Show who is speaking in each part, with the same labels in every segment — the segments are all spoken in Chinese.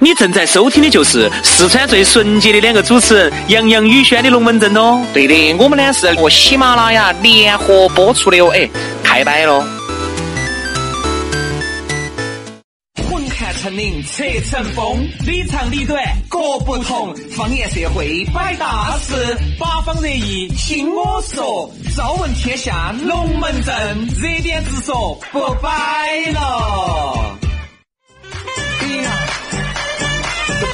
Speaker 1: 你正在收听的就是四川最纯洁的两个主持人杨洋、宇轩的龙门阵哦。
Speaker 2: 对的，我们呢是和喜马拉雅联合播出的哦，哎，太摆了。
Speaker 3: 混看成岭侧成峰，里长里短各不同。方言社会摆大事，八方热议听我说。朝闻天下龙门阵，热点直说不摆了。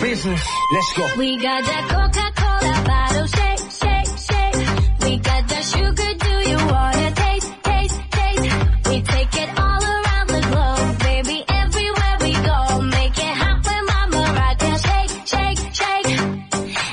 Speaker 4: We got that Coca-Cola bottle shake, shake, shake. We got that sugar, do you wanna taste, taste, taste? We take it all around the globe, baby, everywhere we go. Make it happen, mama, rock that shake, shake, shake.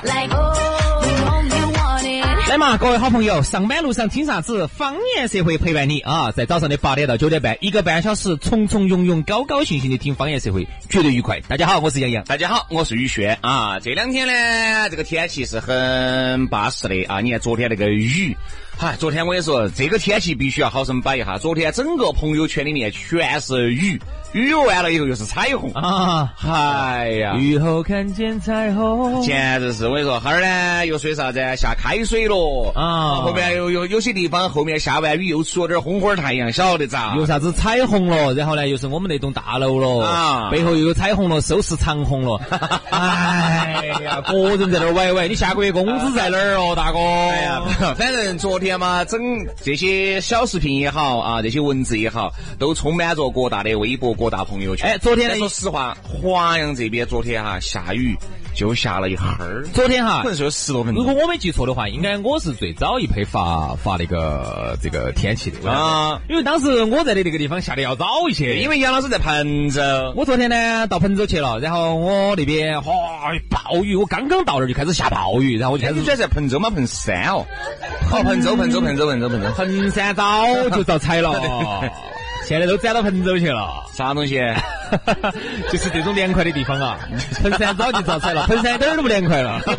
Speaker 4: Like, oh, you only want it.
Speaker 3: 来嘛，各位好朋友，上班路上听啥子？方言社会陪伴你啊，在早上的八点到九点半，一个半小时，从从容容、高高兴兴的听方言社会，绝对愉快。大家好，我是杨洋。
Speaker 2: 大家好，我是宇轩啊。这两天呢，这个天气是很巴适的啊。你看昨天那个雨，哎，昨天我跟你说，这个天气必须要好生摆一下。昨天整个朋友圈里面全是雨，雨完了以后又是彩虹，
Speaker 3: 啊，
Speaker 2: 哎呀，
Speaker 3: 雨后看见彩虹。
Speaker 2: 简直是我跟你说，哈儿呢又水啥子啊？下开水了
Speaker 3: 啊
Speaker 2: 后面有有有些地方后面下完雨又出了点红花太阳，晓得咋？
Speaker 3: 有啥子彩虹了，然后呢，又是我们那栋大楼了，
Speaker 2: 啊
Speaker 3: 背后又有彩虹了，收视长虹了， 哎呀，个人在那儿歪歪，你下个月工资在哪儿哦，大哥？哎
Speaker 2: 哎呀， 反正昨天嘛，整这些小视频也好啊，这些文字也好，都充满着各大的微博、各大朋友圈。
Speaker 3: 哎昨天呢
Speaker 2: 但说实话，华阳这边昨天哈、下雨就下了一会儿，
Speaker 3: 昨天哈
Speaker 2: 可。能是有十多分
Speaker 3: 如
Speaker 2: 钟
Speaker 3: 果我没记错的话，应该我是最早一批发发那个这个天气的为啥子
Speaker 2: 啊。
Speaker 3: 因为当时我在的那个地方下的要早一些，
Speaker 2: 因
Speaker 3: 因为
Speaker 2: 为杨老师在彭州，
Speaker 3: 我昨天呢到彭州去了，然后我那边哗暴雨，我刚刚到那儿就开始下暴雨，然后我就开
Speaker 2: 你
Speaker 3: 始
Speaker 2: 居然在彭州吗？彭山哦，哦，彭州，彭州，彭州，彭州，彭州，
Speaker 3: 衡山早就遭踩了， 现在都转到彭州去了。
Speaker 2: 啥东西？
Speaker 3: 就是这种凉快的地方啊，彭山早就遭踩了，彭山一点儿都不凉快了。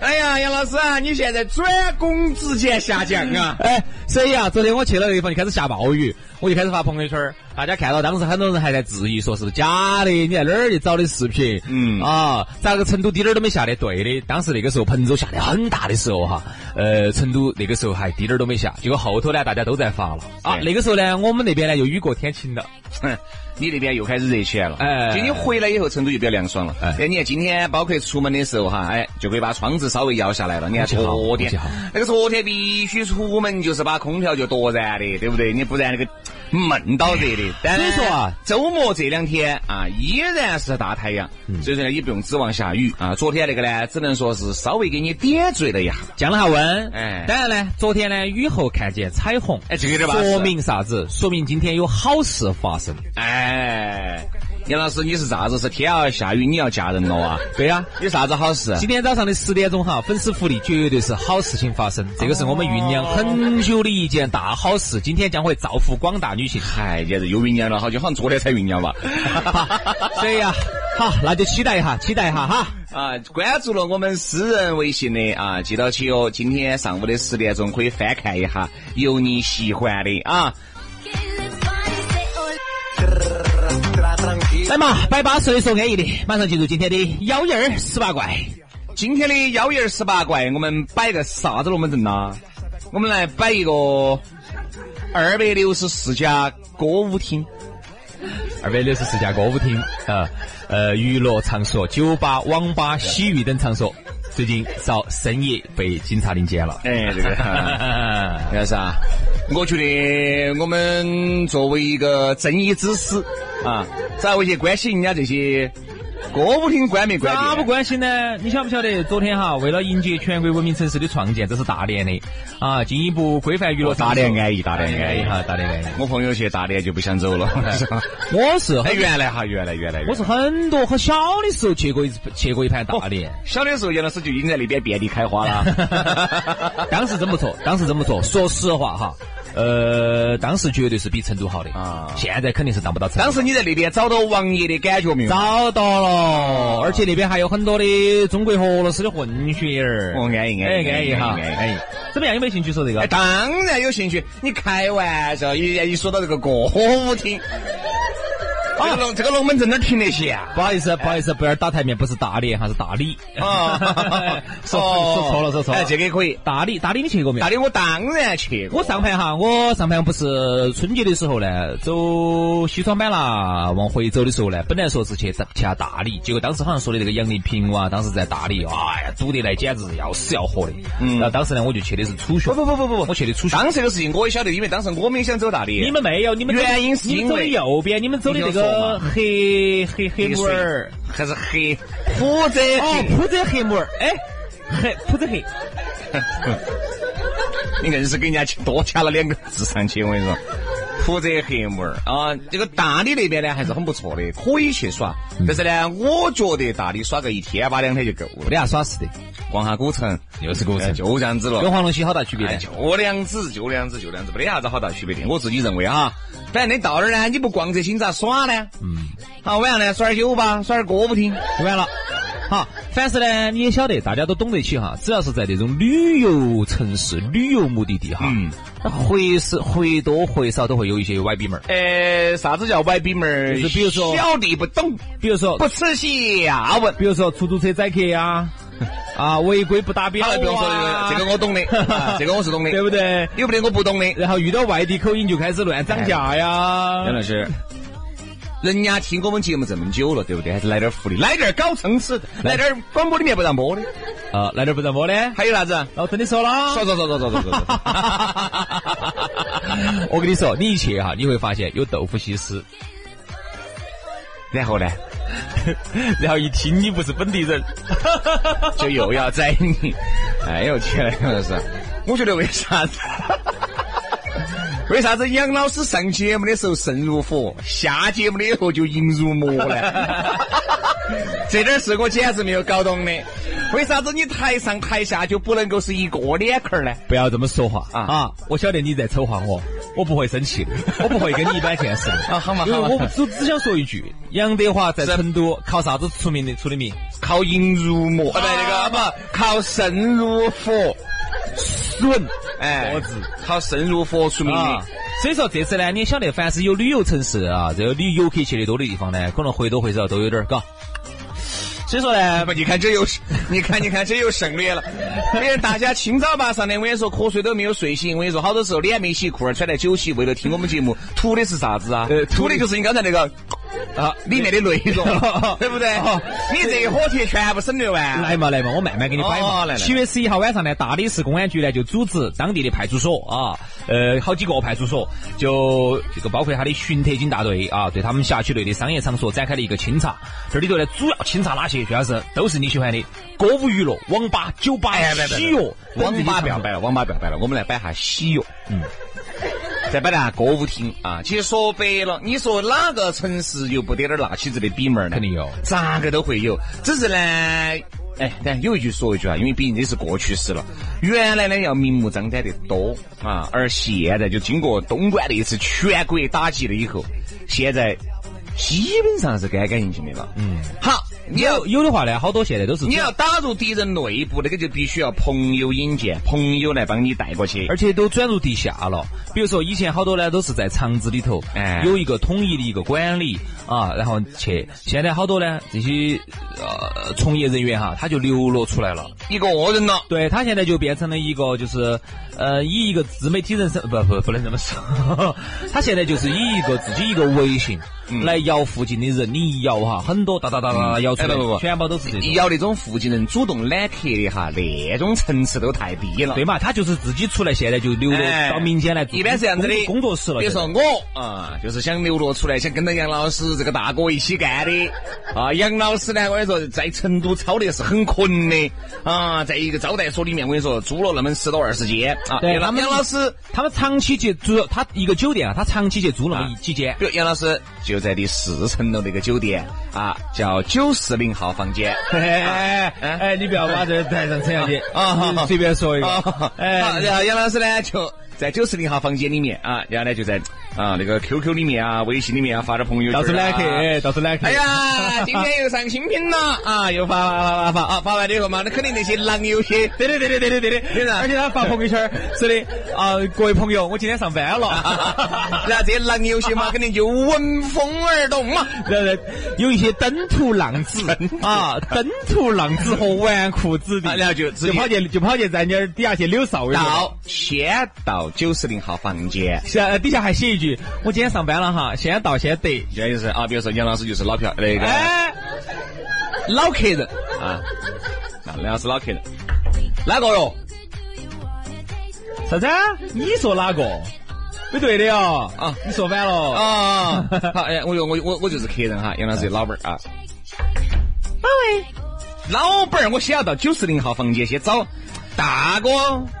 Speaker 2: 哎呀，杨老师啊，你现在转工之前下降啊！
Speaker 3: 哎，所以啊，昨天我去了那个地方就开始下暴雨，我就开始发朋友圈儿，大家看到当时很多人还在质疑，说是不是假的？你在哪儿去找的视频？
Speaker 2: 嗯
Speaker 3: 啊，咋个成都滴点儿都没下的？对的，当时那个时候彭州下的很大的时候哈，呃，成都那个时候还滴点儿都没下，结果后头呢大家都在发了啊，
Speaker 2: 对
Speaker 3: 那个时候呢我们那边呢又雨过天晴了。
Speaker 2: 哼， 你那边又开始热起来了。
Speaker 3: 哎
Speaker 2: 今天回来以后，成都就比较凉爽了。
Speaker 3: 哎
Speaker 2: 哎，你看今天包括出门的时候哈，哎，就可以把窗子稍微摇下来了。你看
Speaker 3: 空气好
Speaker 2: 昨
Speaker 3: 空
Speaker 2: 天
Speaker 3: 气好，
Speaker 2: 那个昨天必须出门就是把空调就夺燃的，对不对？你不然那个闷到热的。但
Speaker 3: 所以说啊，
Speaker 2: 周末这两天啊，依然是大太阳，
Speaker 3: 嗯
Speaker 2: 所以说呢，也不用指望下雨啊。昨天那个呢，只能说是稍微给你点缀了一下。
Speaker 3: 降了下温，
Speaker 2: 哎
Speaker 3: 当然呢，昨天呢雨后看见彩虹，
Speaker 2: 哎这个有点巴适
Speaker 3: 说明啥子？说明今天有好事发生。
Speaker 2: 哎，杨老师，你是啥子？是天要下雨，你要嫁人了啊？
Speaker 3: 对呀、
Speaker 2: 有啥子好事？啊
Speaker 3: 今天早上的十点钟哈，粉丝福利绝对是好事情发生，这个是我们酝酿很久的一件大好事，今天将会造福广大 女性。
Speaker 2: 嗨，简直又酝酿了，好久，好像昨天才酝酿吧。
Speaker 3: 所以啊，好，那就期待一下，期待一下哈。
Speaker 2: 啊，关注了我们私人微信的啊，记到起哦。今天上午的十点钟可以翻看一下，有你喜欢的啊。
Speaker 4: It looks funny, say, oh,
Speaker 3: 来嘛，百八岁说安逸的，马上进入今天的幺眼儿十八怪。
Speaker 2: 今天的幺爷儿十八怪，我们摆个啥子龙门阵呢？我们来摆一个二百六十四家歌舞厅。
Speaker 3: 二百六十四家歌舞厅啊，呃，娱乐场所、酒吧、网吧、洗浴等场所，最近遭深夜被警察临检 了。
Speaker 2: 哎，这 个
Speaker 3: 啊
Speaker 2: 杨老师啊，我觉得我们作为一个正义之师啊，咋会去关心人家这些歌舞厅关没关闭？
Speaker 3: 咋啊不关心呢？你晓不晓得，昨天哈，为了迎接全国文明城市的创建，这是大连的啊，进一步规范娱乐场所。
Speaker 2: 大连安逸大连安逸
Speaker 3: 哈，大连安逸。
Speaker 2: 我朋友去大连就不想走 了。
Speaker 3: 我是
Speaker 2: 哎，
Speaker 3: 很，
Speaker 2: 原来哈，原来原来，
Speaker 3: 我是很多很小的时候去过一次去过一盘大连，
Speaker 2: 小的时候，杨老师就已经在那边遍地开花 了。
Speaker 3: 当时真不错，当时真不错。说实话哈，呃，当时绝对是比成都好的
Speaker 2: 啊
Speaker 3: 现在肯定是当不到成都。
Speaker 2: 当时你在那边找到王爷的感觉没有？
Speaker 3: 找到了，而且那边还有很多的中国和俄罗斯的混血儿。
Speaker 2: 哦安逸安逸
Speaker 3: 哎安逸哈，
Speaker 2: 安逸安逸
Speaker 3: 安逸。怎么样？有没有兴趣说这个
Speaker 2: 哎，？当然有兴趣。你开玩笑，一一说到这个歌舞厅，这个龙这个龙门阵哪儿停得下？
Speaker 3: 不好意思，不好意思，不要打台面，不是大连，还是大理。
Speaker 2: 啊
Speaker 3: 说
Speaker 2: 哦
Speaker 3: 说错了，说错了。
Speaker 2: 哎，这个也可以。
Speaker 3: 大理，大理你去过没有
Speaker 2: 大？理我当然去过，
Speaker 3: 我上盘哈，我上盘不是春节的时候呢，走西双版纳往回走的时候呢，本来说是去去下大理，结果当时好像说的这个杨丽萍哇，当时在大理，哎呀，堵得来简直要死要活的。然后当时呢，我就去的是楚雄。
Speaker 2: 不不不不不
Speaker 3: 我去的楚雄。
Speaker 2: 当时这个事情我也晓得，因为当时我们也想走大理。
Speaker 3: 你们没有，你们走
Speaker 2: 原因是
Speaker 3: 你们走
Speaker 2: 因
Speaker 3: 的
Speaker 2: 为
Speaker 3: 右边，你们走的那
Speaker 2: 你就
Speaker 3: 个
Speaker 2: 说
Speaker 3: 黑黑黑
Speaker 2: 黑
Speaker 3: 木
Speaker 2: 水
Speaker 3: 耳。
Speaker 2: 还是黑普者
Speaker 3: 哦，
Speaker 2: 黑？
Speaker 3: 普者黑木耳，哎，黑普者黑，
Speaker 2: 你硬是给人家多加了两个字上去，我跟你说。普者黑木耳啊，这个大理那边呢还是很不错的，可以去耍。但是呢，我觉得大理耍个一天啊吧两天就够
Speaker 3: 不得
Speaker 2: 了，
Speaker 3: 啥耍事的，
Speaker 2: 逛下嗯古城，
Speaker 3: 又是古
Speaker 2: 哎就这样子了。
Speaker 3: 跟黄龙溪好大区别
Speaker 2: 哎，
Speaker 3: 呢？
Speaker 2: 就那样子，就那样子，就那样子，没得啥子好大区别的。我自己认为哈，反正你到那儿呢，你不逛这些，你咋耍呢？
Speaker 3: 嗯，
Speaker 2: 好，晚上呢耍点酒吧，耍点歌舞厅。
Speaker 3: 完了。 好，凡是呢，你也晓得，大家都懂得起哈。只要是在这种旅游城市、旅游目的地哈，
Speaker 2: 嗯
Speaker 3: 那或是或多或少都会有一些歪逼门儿。
Speaker 2: 呃，啥子叫歪逼门儿？
Speaker 3: 就是比如说
Speaker 2: 小弟不懂，
Speaker 3: 比如说
Speaker 2: 不，吃啊下文。
Speaker 3: 比如说出租车宰客 呀，啊，违规不打表
Speaker 2: 好
Speaker 3: 啊，
Speaker 2: 了，不用说这个，这个我懂 的，啊这个我是懂的，
Speaker 3: 对不对？
Speaker 2: 有不得我不懂的。
Speaker 3: 然后遇到外地口音就开始乱涨价呀。
Speaker 2: 杨老师，人家听我们节目这么久了，对不对？还是来点福利，来点搞撑死的，来点广播里面不让播的。
Speaker 3: 啊，来点不让摸的，
Speaker 2: 还有啥子？
Speaker 3: 老真的说了，
Speaker 2: 说说说说说说说说。
Speaker 3: 我跟你说，你一去哈，你会发现有豆腐西施，
Speaker 2: 然后呢？
Speaker 3: 然后一听你不是本地人，
Speaker 2: 就又要宰你。哎呦天哪，真是！我觉得为啥子？ 为啥子杨老师上节目的时候胜如火，下节目了以后就淫如魔呢？ 这点是我简直没有搞懂的。为啥子你台上台下就不能够是一个脸壳儿呢？
Speaker 3: 不要这么说话啊
Speaker 2: 啊
Speaker 3: 我晓得你在丑化我，我不会生 气的，我不会跟你一般见识的
Speaker 2: 啊好嘛
Speaker 3: 因为
Speaker 2: 好嘛
Speaker 3: 我只只想说一句，杨德华在成都靠啥子出名的？出的名？
Speaker 2: 靠淫如魔，啊不那个啊不靠胜如火，
Speaker 3: 损
Speaker 2: 哎
Speaker 3: 佛字，
Speaker 2: 靠胜如火出名
Speaker 3: 啊
Speaker 2: 的。。
Speaker 3: 所以说这次呢，你也晓得，凡是有旅游城市啊，这个旅游客去的多的地方呢，可能或多或少都有点儿，嘎。所以说呢，
Speaker 2: 不，你看这又是， 你看，你看这又省略了。别人大家清早吧上来，我跟你说，瞌睡都没有睡醒。我跟你说，好多时候脸没洗，裤儿穿在酒洗，为了听我们节目，图的是啥子啊？
Speaker 3: 呃图
Speaker 2: 图
Speaker 3: 的
Speaker 2: 的就是你刚才那个
Speaker 3: 啊，
Speaker 2: 啊里面的内容 对不对
Speaker 3: 哦？
Speaker 2: 你这一火贴全部省略完。
Speaker 3: 来嘛来嘛，我慢慢给你摆
Speaker 2: 哦
Speaker 3: 嘛。
Speaker 2: 来来
Speaker 3: 七月十一号晚上呢，大理市公安局呢就组织当地的派出所啊，呃，好几个派出所，就这个包括他的巡特警大队啊，对他们辖区内的商业场所展开了一个清查。这里头呢，主要清查哪些？徐老师都是你喜欢的歌舞娱乐、网吧、酒吧、
Speaker 2: 哎，别
Speaker 3: 洗
Speaker 2: 别
Speaker 3: 浴
Speaker 2: 别，
Speaker 3: 等
Speaker 2: 网
Speaker 3: 这些
Speaker 2: 吧
Speaker 3: 场
Speaker 2: 不要
Speaker 3: 所
Speaker 2: 摆了，网吧不要摆了，我们来摆下洗浴。嗯。再摆下歌舞厅啊！其实说白了，你说哪个城市又不得点儿那起子的比门儿呢？
Speaker 3: 肯定有
Speaker 2: 咋个都会有。只是呢，哎，但有一句说一句啊，因为毕竟这是过去式了。原来呢要明目张胆的多啊，而现在就经过东莞的一次全国打击了以后，现在基本上是干干净净的了。嗯，好，你要
Speaker 3: 有有的话呢，好多现在都是
Speaker 2: 你要打入敌人内部，那个就必须要朋友引荐，朋友来帮你带过去。
Speaker 3: 而且都转入地下了。比如说以前好多呢都是在厂子里头，
Speaker 2: 哎
Speaker 3: 有一个统一的一个管理啊，然后去。现在好多呢这些呃从业人员哈，他就流落出来了。
Speaker 2: 一个人了，
Speaker 3: 对他现在就变成了一个就是呃以一个自媒体人生不不不能这么说， 他现在就是以一个自己一个微信。
Speaker 2: 嗯
Speaker 3: 来摇附近的人，你一摇哈，很多哒哒哒哒哒摇出来，
Speaker 2: 哎不不不
Speaker 3: 全部都是这种，
Speaker 2: 要那种附近人主动揽客的哈，那种层次都太低了。
Speaker 3: 对嘛？他就是自己出来，现在就流落
Speaker 2: 哎
Speaker 3: 到民间来做
Speaker 2: 一般是这样子的，
Speaker 3: 工作室了。
Speaker 2: 比如
Speaker 3: 现在
Speaker 2: 说我啊，就是想流落出来，想跟着杨老师这个大哥一起干的啊。杨老师呢，我跟你说，在成都操的是很困的啊，在一个招待所里面，我跟你说，租了那么十多二十间啊。
Speaker 3: 对他
Speaker 2: 杨
Speaker 3: 们
Speaker 2: 杨老师，
Speaker 3: 他们长期去租，他一个酒店啊，他长期去租那么一几间。
Speaker 2: 比如杨老师就在第四层楼那个酒店啊，叫九四零号房 间。
Speaker 3: 哎哎，你不要把这带上陈小姐
Speaker 2: 啊好好
Speaker 3: 随便说一
Speaker 2: 啊
Speaker 3: 个，
Speaker 2: 好
Speaker 3: 哎，
Speaker 2: 然后杨老师呢就在九十零号房间里面啊，然后呢就在啊，那个 QQ 里面啊、微信里面啊发点朋友圈、啊。
Speaker 3: 到处揽客，哎到处揽客。
Speaker 2: 哎，呀，今天又上新品了啊！又发发发发发啊！发完了以后嘛，那肯定那些狼有些，
Speaker 3: 对的对的对的对的，
Speaker 2: 对的
Speaker 3: 而 且他哎发朋友圈儿说的啊，各位朋友，我今天上班
Speaker 2: 啊
Speaker 3: 了。
Speaker 2: 然后这些狼有些嘛，肯定就闻风而动嘛。
Speaker 3: 然后有一些登徒浪 子啊，登徒浪子和纨绔子弟
Speaker 2: 啊，然后就直
Speaker 3: 就
Speaker 2: 接
Speaker 3: 跑去就跑去在你儿底下去扭哨去了。
Speaker 2: 到先到九十零号房间。
Speaker 3: 下呃底下还写一句：“我今天上班了哈，先到先得。
Speaker 2: 这就是啊，比如说杨老师就是老票那”个
Speaker 3: 哎，老客人，
Speaker 2: 啊，那杨老师老客人，哪个哟？
Speaker 3: 啥子？你说哪个？不对的哟！啊，你说反了。啊，
Speaker 2: 啊，好，哎，我就我我我就是客人哈，杨老师老板儿啊。老板儿，我先要到九十零号房间先找大哥。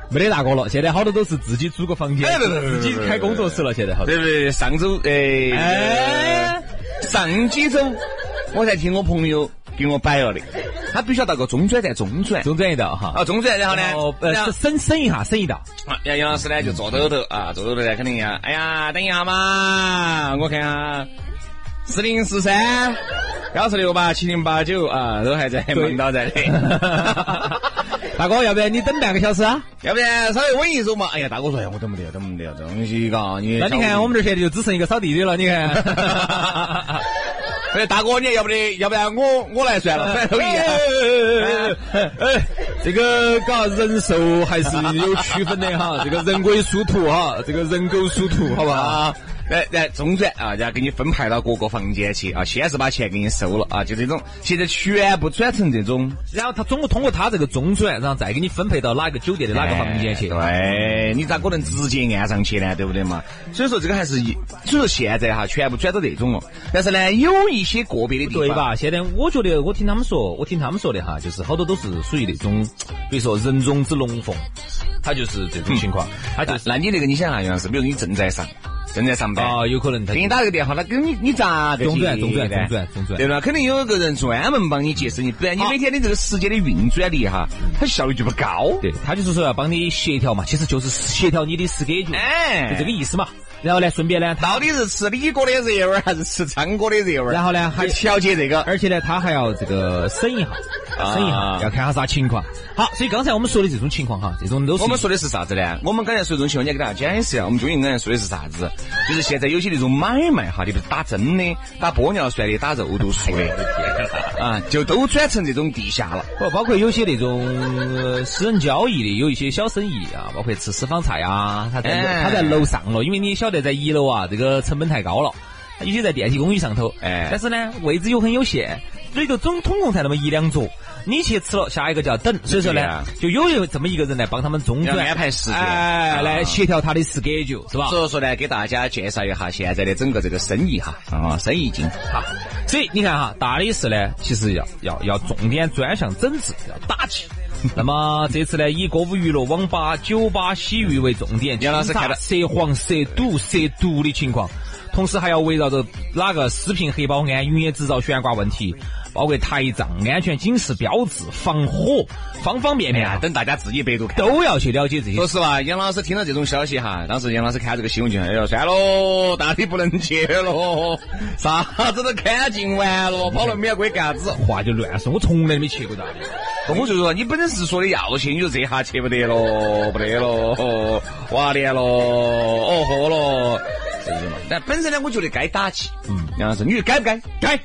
Speaker 3: 没得那个了，现在好多都是自己租个房间，
Speaker 2: 哎不不不不
Speaker 3: 自己开工作室了。现在好多。
Speaker 2: 对不对？上周哎
Speaker 3: 哎，
Speaker 2: 上几周我才听我朋友给我摆了的，他必须要到个中转站中转。
Speaker 3: 中转一道哈。
Speaker 2: 啊，中转，然后呢
Speaker 3: 然后，呃，
Speaker 2: 然后
Speaker 3: 省省省一下，省一道。
Speaker 2: 啊杨杨老师呢就坐头头啊，坐头头呢肯定呀，哎呀，等一下嘛，我看下四零四三幺四六八七零八九啊，都还在忙到在的。
Speaker 3: 大哥，要不然你等半个小时啊？
Speaker 2: 要不然稍微稳一走嘛。哎呀，大哥说，哎呀，我等不得，等不得，这东西嘎，你
Speaker 3: 那你看我
Speaker 2: 们，
Speaker 3: 们这儿现在就只剩一个扫地的了，你看。
Speaker 2: 哎，大哥，你要不得，要不然我我来算了，反正都一样。
Speaker 3: 哎，这个嘎人兽还是有区分的哈，这个人鬼殊途哈，这个人狗殊途，好吧？
Speaker 2: 啊，来来中转啊，然后给你分派到各个房间去啊，先是把钱给你收了啊，就这种，现在全部转成这种
Speaker 3: 然后他通过通过他这个中转，然后再给你分配到哪个酒店的哪个房间去。
Speaker 2: 哎对，你咋可能直接按上去呢？对不对嘛？所以说这个还是一，所以说现在哈，全部转到这种了。但是呢，有一些个别的地方，
Speaker 3: 对？吧？现在我觉得，我听他们说，我听他们说的哈，就是好多都是属于那种，比如说人中之龙凤，他就是这种情
Speaker 2: 嗯
Speaker 3: 况，他就
Speaker 2: 那
Speaker 3: 是
Speaker 2: 那你那个你想啊，杨老师，比如你正在上，正在上班。
Speaker 3: 啊，有可能他
Speaker 2: 给你打这个电话，他跟你你咋个
Speaker 3: 中转
Speaker 2: 接
Speaker 3: 中转
Speaker 2: 的
Speaker 3: 中转中转
Speaker 2: 对吧？肯定有一个人专门帮你接生意，不然你
Speaker 3: 好
Speaker 2: 每天的这个时间的运转力哈，它效率就不高。
Speaker 3: 对他就是说要帮你协调嘛，其实就是协调你的 schedule，
Speaker 2: 哎，
Speaker 3: 就这个意思嘛。然后呢，顺便呢，他
Speaker 2: 到底是吃李哥的热味儿还是吃张哥的热味儿？
Speaker 3: 然后呢还
Speaker 2: 就调节这个。
Speaker 3: 而且呢，他还要这个审一下，
Speaker 2: 啊
Speaker 3: 审一下，要看下啥情况。好，所以刚才我们说的这种情况哈，这种都是
Speaker 2: 我们说的是啥子呢？我们刚才说的这种情况，你要给大家解释一下。我们究竟刚才说的是啥子？就是现在有些那种买卖哈，就是打针的、打玻尿酸的、打肉毒素
Speaker 3: 哎
Speaker 2: 的，啊，就都转成这种地下了。
Speaker 3: 不包括有些那种呃私人交易的，有一些小生意啊，包括吃私房菜啊，他在
Speaker 2: 哎
Speaker 3: 他在楼上了，因为你也晓得在一楼啊，这个成本太高了。有些在电梯公寓上头，
Speaker 2: 哎
Speaker 3: 但是呢，位置又很有限，里头总总共才那么一两桌，你去吃了，下一个就要等，所以说
Speaker 2: 对
Speaker 3: 呢
Speaker 2: 呀，
Speaker 3: 就有有这么一个人来帮他们中转
Speaker 2: 要安排时间
Speaker 3: 嗯哎，
Speaker 2: 啊
Speaker 3: 来协调他的 schedule 是吧？
Speaker 2: 所以说呢，给大家介绍一下现在的整个这个生意哈，啊，生意经哈。
Speaker 3: 所以你看哈，大力士呢，其实要要要重点专项整治，要打击。那么这次呢，以歌舞娱乐、网吧、酒吧、洗浴为重点，
Speaker 2: 杨老师
Speaker 3: 清查
Speaker 2: 看到
Speaker 3: 涉黄、涉赌、涉毒的情况，同时还要围绕着哪个食品黑保安、营业执照悬挂问题，包括台账、安全警示标志、防火，方方面
Speaker 2: 哎
Speaker 3: 面
Speaker 2: 呀
Speaker 3: 啊，，
Speaker 2: 等大家自己百度看。
Speaker 3: 都要去了解这些
Speaker 2: 说。实话，杨老师听到这种消息哈，当时杨老师看这个新闻就哎呦，算喽，大理不能去喽，啥子都看尽完了，跑那免归干啥子？
Speaker 3: 话就乱说，我从来没去过大理。
Speaker 2: 我就说你本身是说的要去，你就这下去不得喽，不得喽，哇脸喽，哦豁喽，是不是嘛？但本身呢，我觉得该打击，嗯，杨老师，你觉得该不该？该。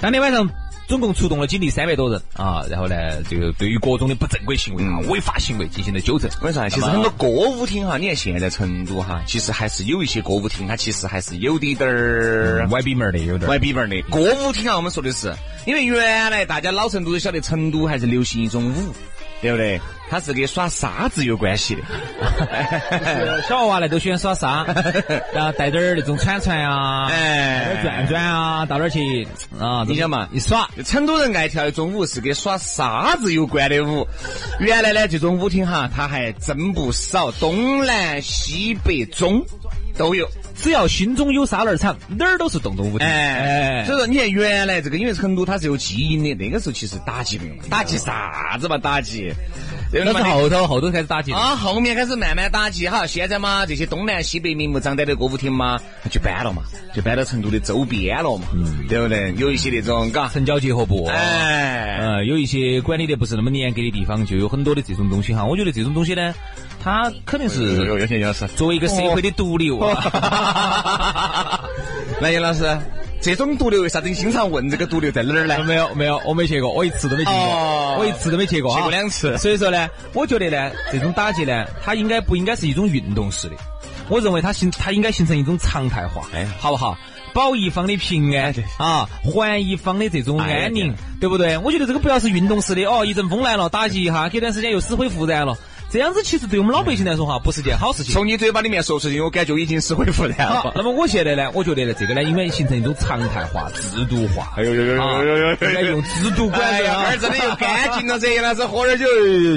Speaker 3: 当天晚上总共出动了警力三百多人啊，然后呢，这个对于各种的不正规行为啊、
Speaker 2: 嗯
Speaker 3: 违法行为进行了纠正。
Speaker 2: 我跟你说啊，其实
Speaker 3: 那
Speaker 2: 很
Speaker 3: 么
Speaker 2: 多歌舞厅啊哈，你看现在成都哈，其实还是有一些歌舞厅，它其实还是有滴点儿
Speaker 3: 歪逼门儿的有点
Speaker 2: 歪
Speaker 3: 儿，
Speaker 2: 逼门儿的歌舞厅啊，我们说的是，因为原来大家老成都都晓得，成都还是流行一种舞，对不对？它是跟耍沙子有关系的。
Speaker 3: 哎
Speaker 2: 哎
Speaker 3: 小娃娃呢都喜欢耍 沙，然后带点儿那种铲铲啊，带点儿
Speaker 2: 哎，
Speaker 3: 转转啊，到哪儿去啊？
Speaker 2: 你想嘛
Speaker 3: 一耍，
Speaker 2: 成都人爱跳一种舞是跟耍沙子有关的舞。原来呢，这种舞厅哈，它还真不少，东南西北中都有。
Speaker 3: 只要心中有沙儿厂，哪儿都是洞洞无敌。
Speaker 2: 哎，所以说你看原来这个，因为成都它是有基因的，那个时候其实打击没有，打击啥子嘛打击，对
Speaker 3: 那
Speaker 2: 吧
Speaker 3: 是后头后头开始打击的。
Speaker 2: 啊，后面开始慢慢打击哈，现在嘛，这些东南西北名目张胆的歌舞厅嘛，就搬了嘛，就搬到成都的周边了嘛，对不对？有一些那种，嘎，
Speaker 3: 城郊结合
Speaker 2: 哦
Speaker 3: 部，
Speaker 2: 哎，
Speaker 3: 呃，有一些管理的不是那么严格的地方，就有很多的这种东西哈。我觉得这种东西呢，它肯定是哦
Speaker 2: 杨老师，
Speaker 3: 作为一个社会的毒瘤啊。
Speaker 2: 来杨老师，这种毒瘤为啥子你经常问这个毒瘤在哪儿呢？
Speaker 3: 没有没有，我没去过，我一次都没去过，
Speaker 2: 哦
Speaker 3: 我一次都没去过啊，
Speaker 2: 去过两次
Speaker 3: 所以说呢，我觉得呢，这种打击呢，它应该不应该是一种运动式的？我认为它形，它应该形成一种常态化，
Speaker 2: 哎
Speaker 3: 好不好？保一方的平安、啊，还一方的这种
Speaker 2: 哎
Speaker 3: 安宁，
Speaker 2: 对
Speaker 3: 对不对？我觉得这个不要是运动式的哦，一阵风来了，打击一下，隔段时间又死灰复燃了，这样子其实对我们老百姓来说哈，不是件好事情。
Speaker 2: 从你嘴巴里面说出去，我感觉已经死灰复燃
Speaker 3: 好，
Speaker 2: 了。
Speaker 3: 那么我现在呢，我觉得呢，这个呢，应该形成一种常态化、制度化。
Speaker 2: 哎呦呦呦
Speaker 3: 啊，
Speaker 2: 呦呦呦！
Speaker 3: 应该用制度管
Speaker 2: 哎
Speaker 3: 理
Speaker 2: 呀，
Speaker 3: 啊
Speaker 2: 那儿真的又干净了噻，杨老师喝点酒，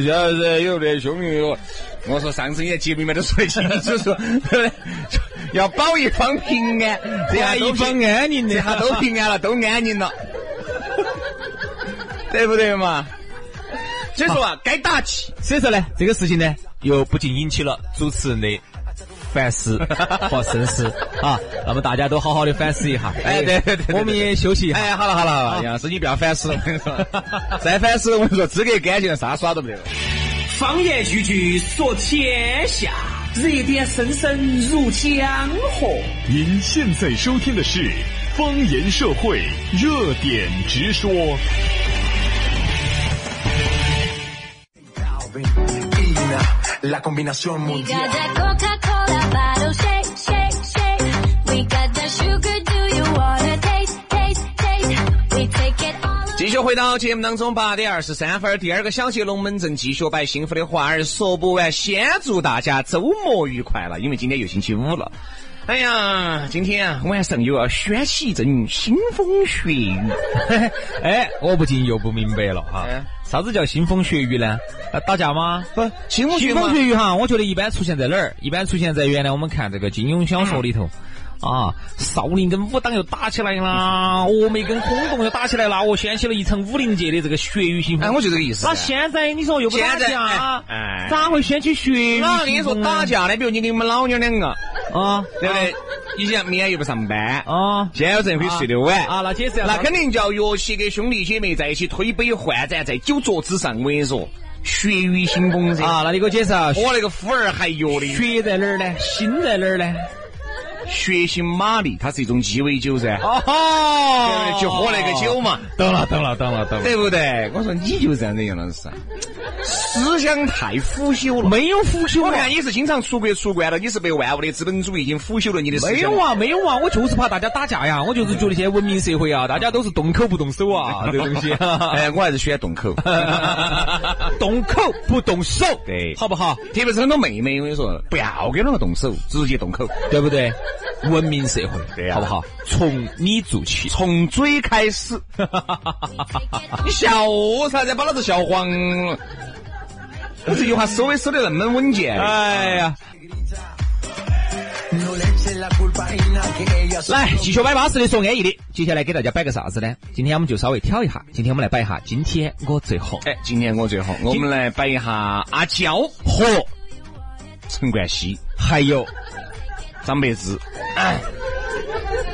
Speaker 2: 现在有点凶哟。我说上次你在节目里面都说得清楚，说对不对要保一方平安，这下
Speaker 3: 还
Speaker 2: 都
Speaker 3: 一
Speaker 2: 平
Speaker 3: 方安宁
Speaker 2: 这
Speaker 3: 的，
Speaker 2: 下都平安了，都安宁了，对不对嘛？所以说啊，该打起。
Speaker 3: 所以说呢，这个事情呢，又不禁引起了主持人的 反思和深思啊。那么大家都好好的反思一下。
Speaker 2: 哎对对对对
Speaker 3: 我们也休息一下。
Speaker 2: 哎，好了好了好了，杨老师你不要反思了，我跟你说， 再反思我跟你说，资格干净了，啥耍都没得了。
Speaker 1: 方言句句说天下，热点声声入江河。
Speaker 5: 您现在收听的是方言社会热点直说。
Speaker 4: We got that Coca-Cola bottle shake, shake, shake. We got that sugar, do you wanna taste, taste, taste? We take it all
Speaker 2: 继续回到节目当中，八点二十三分，第二个小节龙门阵继续摆幸福的话儿说不完。先祝大家周末愉快了，因为今天又星期五了。哎呀，今天啊晚上又要掀起一阵腥风血雨。
Speaker 3: 哎，我不禁又不明白了哈
Speaker 2: 哎，
Speaker 3: 啥子叫腥风血雨呢？呃打架吗？
Speaker 2: 不，腥风血
Speaker 3: 腥
Speaker 2: 雨嘛
Speaker 3: 风血雨哈，我觉得一般出现在哪儿？一般出现在原来我们看这个金庸小说里头。啊，少林跟武当又打起来啦，峨眉跟轰动又打起来啦，我掀起了一层武林界的这个血雨腥风。
Speaker 2: 哎，我就这个意思。
Speaker 3: 那现在你说又不打
Speaker 2: 现在
Speaker 3: 架，
Speaker 2: 哎哎
Speaker 3: 咋会掀起血雨腥风呢？
Speaker 2: 那我跟你说打架呢，比如你跟我们老娘两个，
Speaker 3: 啊，
Speaker 2: 对不对？以前明天又不上班，
Speaker 3: 啊
Speaker 2: 今天有人可以睡得晚
Speaker 3: 啊，那解释一下
Speaker 2: 那肯定叫约起跟兄弟姐妹在一起推杯换盏，在酒桌之上，我跟你说，血雨腥风噻。
Speaker 3: 啊，那你给我解释啊，
Speaker 2: 我那个夫儿还约的
Speaker 3: 血在哪儿呢？心在哪儿呢？
Speaker 2: 血腥玛丽，它是一种鸡尾酒噻，
Speaker 3: 哦
Speaker 2: 对就喝那个酒嘛，
Speaker 3: 懂了，懂了，懂了，懂了。
Speaker 2: 对不对？我说你就这样子，杨老师，啊思想太腐朽了。
Speaker 3: 没有腐朽
Speaker 2: 我
Speaker 3: 啊
Speaker 2: 看，你是经常出国出惯了，你是被万恶的资本主义已经腐朽了你的思想。
Speaker 3: 没有啊，没有啊，我就是怕大家打架呀，我就是觉得现在文明社会啊，大家都是动口不动手 啊，这个东西。
Speaker 2: 哎，我还是喜欢动 口，
Speaker 3: 动口不动手，
Speaker 2: 对
Speaker 3: 好不好？
Speaker 2: 特别是很多妹妹，我跟你说，不要跟他们动手，直接动口，
Speaker 3: 对不对？文明社会，
Speaker 2: 对呀
Speaker 3: 好不好？从你做起。
Speaker 2: 从嘴开始。 你笑啥子？把老子笑黄了。我这句话收尾收的那么稳健。
Speaker 3: 哎呀！来，继续摆巴适的，说安逸的。接下来给大家摆个啥子呢？今天我们就稍微挑一下，今天我们来摆一下，今天我最红
Speaker 2: 哎，今天我最后，我们来摆一下阿娇
Speaker 3: 和
Speaker 2: 陈冠希、
Speaker 3: 还有
Speaker 2: 张柏芝，哎，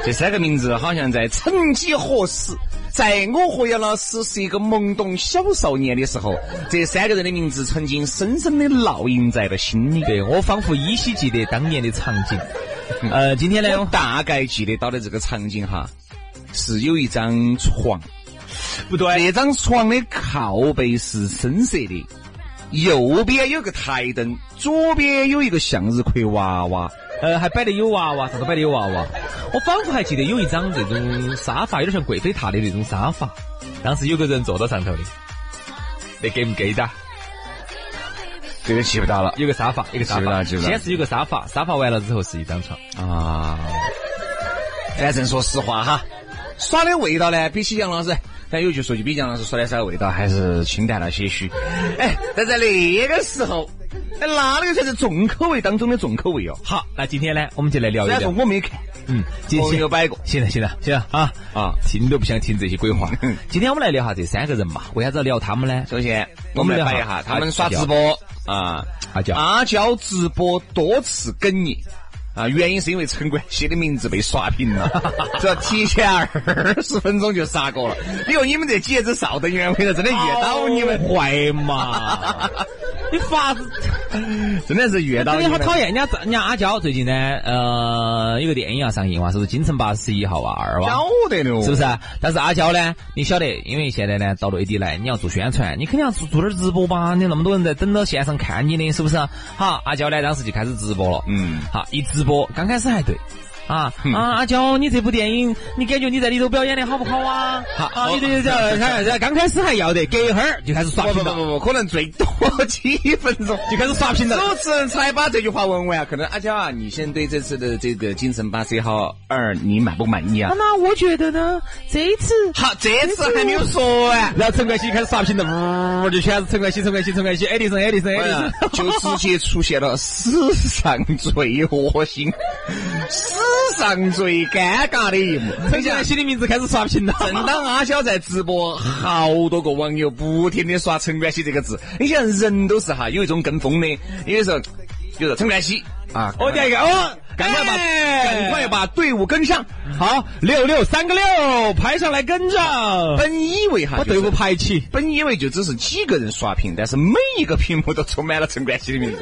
Speaker 2: 这三个名字好像在曾几何时，在我和杨老师是一个懵懂小少年的时候，这三个人的名字曾经深深的烙印在了心里。
Speaker 3: 对我仿佛依稀记得当年的场景。呃，今天呢，
Speaker 2: 我大概记得到的这个场景哈，是有一张床，
Speaker 3: 不对，
Speaker 2: 那张床的靠背是深色的，右边有个台灯，左边有一个向日葵娃娃。
Speaker 3: 呃，还摆的有娃娃，啥子摆的有娃娃。我仿佛还记得有一张这种沙发，有点像贵妃榻的那种沙发，当时有个人坐到上头的，你记不记得？
Speaker 2: 这个记不到了
Speaker 3: 有个沙发，有个沙
Speaker 2: 知道
Speaker 3: 发，
Speaker 2: 知道
Speaker 3: 先是有个沙发，沙发完了之后是一张床。
Speaker 2: 啊！反正说实话哈，耍的味道呢，比起杨老师，但有句说句，比杨老师耍的耍的味道还是清淡了些许。哎，但在那个时候，哎那那个才是重口味当中的重口味哦。
Speaker 3: 好，那今天呢，我们就来聊
Speaker 2: 虽
Speaker 3: 一
Speaker 2: 然说
Speaker 3: 聊。
Speaker 2: 我没看，
Speaker 3: 嗯，今
Speaker 2: 朋友
Speaker 3: 天
Speaker 2: 摆过，
Speaker 3: 行了，行了，行了啊
Speaker 2: 啊
Speaker 3: 听都不想听这些 鬼话。今天我们来聊下这三个人嘛，为啥子要聊他们呢？
Speaker 2: 首先
Speaker 3: 我
Speaker 2: 我
Speaker 3: 们
Speaker 2: 们来
Speaker 3: 来摆
Speaker 2: 摆
Speaker 3: 一
Speaker 2: 一
Speaker 3: 下
Speaker 2: 下
Speaker 3: 他
Speaker 2: 他
Speaker 3: 们
Speaker 2: 们
Speaker 3: 刷
Speaker 2: 刷直
Speaker 3: 直
Speaker 2: 播啊，
Speaker 3: 阿娇
Speaker 2: 阿娇直播多次哽咽。啊，原因是因为陈冠希的名字被刷屏 了，这提前二十分钟就杀过了。你说你们这几爷子少等员，为啥真的遇到你 们，
Speaker 3: 坏 嘛？你法子，
Speaker 2: 真的是遇到
Speaker 3: 真
Speaker 2: 你
Speaker 3: 的好
Speaker 2: 们。
Speaker 3: 讨厌。人家人家阿娇最近呢，呃，有个电影要上映哇，是不是《京城八十一号》啊，二哇？
Speaker 2: 晓得的哦，
Speaker 3: 是不是？啊？但是阿娇呢，你晓得，因为现在呢到内地来，你要做宣传，你肯定要做做点直播吧？你那么多人在等到线上看你的，是不是啊？好，阿娇呢当时就开始直播了，
Speaker 2: 嗯
Speaker 3: 好，一直播刚开始还对。啊啊！阿娇，你这部电影，你感觉你在里头表演的好不好啊？好啊，你这这看，这刚开始还要得，隔一会儿就开始刷
Speaker 2: 不
Speaker 3: 屏
Speaker 2: 不不
Speaker 3: 了，
Speaker 2: 不不，可能最多几分钟
Speaker 3: 就开始刷屏了。
Speaker 2: 主持人才把这句话问完，可能阿娇啊，你先对这次的这个《京城八十一号二》你满不满意啊？
Speaker 3: 那我觉得呢，这一次
Speaker 2: 好，这次还没有说啊完。
Speaker 3: 然后陈冠希开始刷屏了，呜，就全是陈冠希，陈冠希，陈冠希，爱迪生，爱迪生，爱
Speaker 2: 哎
Speaker 3: 迪 生。
Speaker 2: 就直接出现了史上最恶心、史上最尴尬的一幕。
Speaker 3: 陈冠希的名字开始刷屏了，
Speaker 2: 正当阿娇在直播，好多个网友不停的刷陈冠希这个字。你想，人都是哈有一种跟风的，有的时候，比如说陈冠希啊，
Speaker 3: 我点一个，哦，
Speaker 2: 赶快把、
Speaker 3: 哎
Speaker 2: 赶快把队伍跟上。
Speaker 3: 好，六六三个六排上来跟着，
Speaker 2: 本以为哈
Speaker 3: 啊把队伍排起。
Speaker 2: 本以为就只是几个人刷屏，但是每一个屏幕都充满了陈冠希的名字。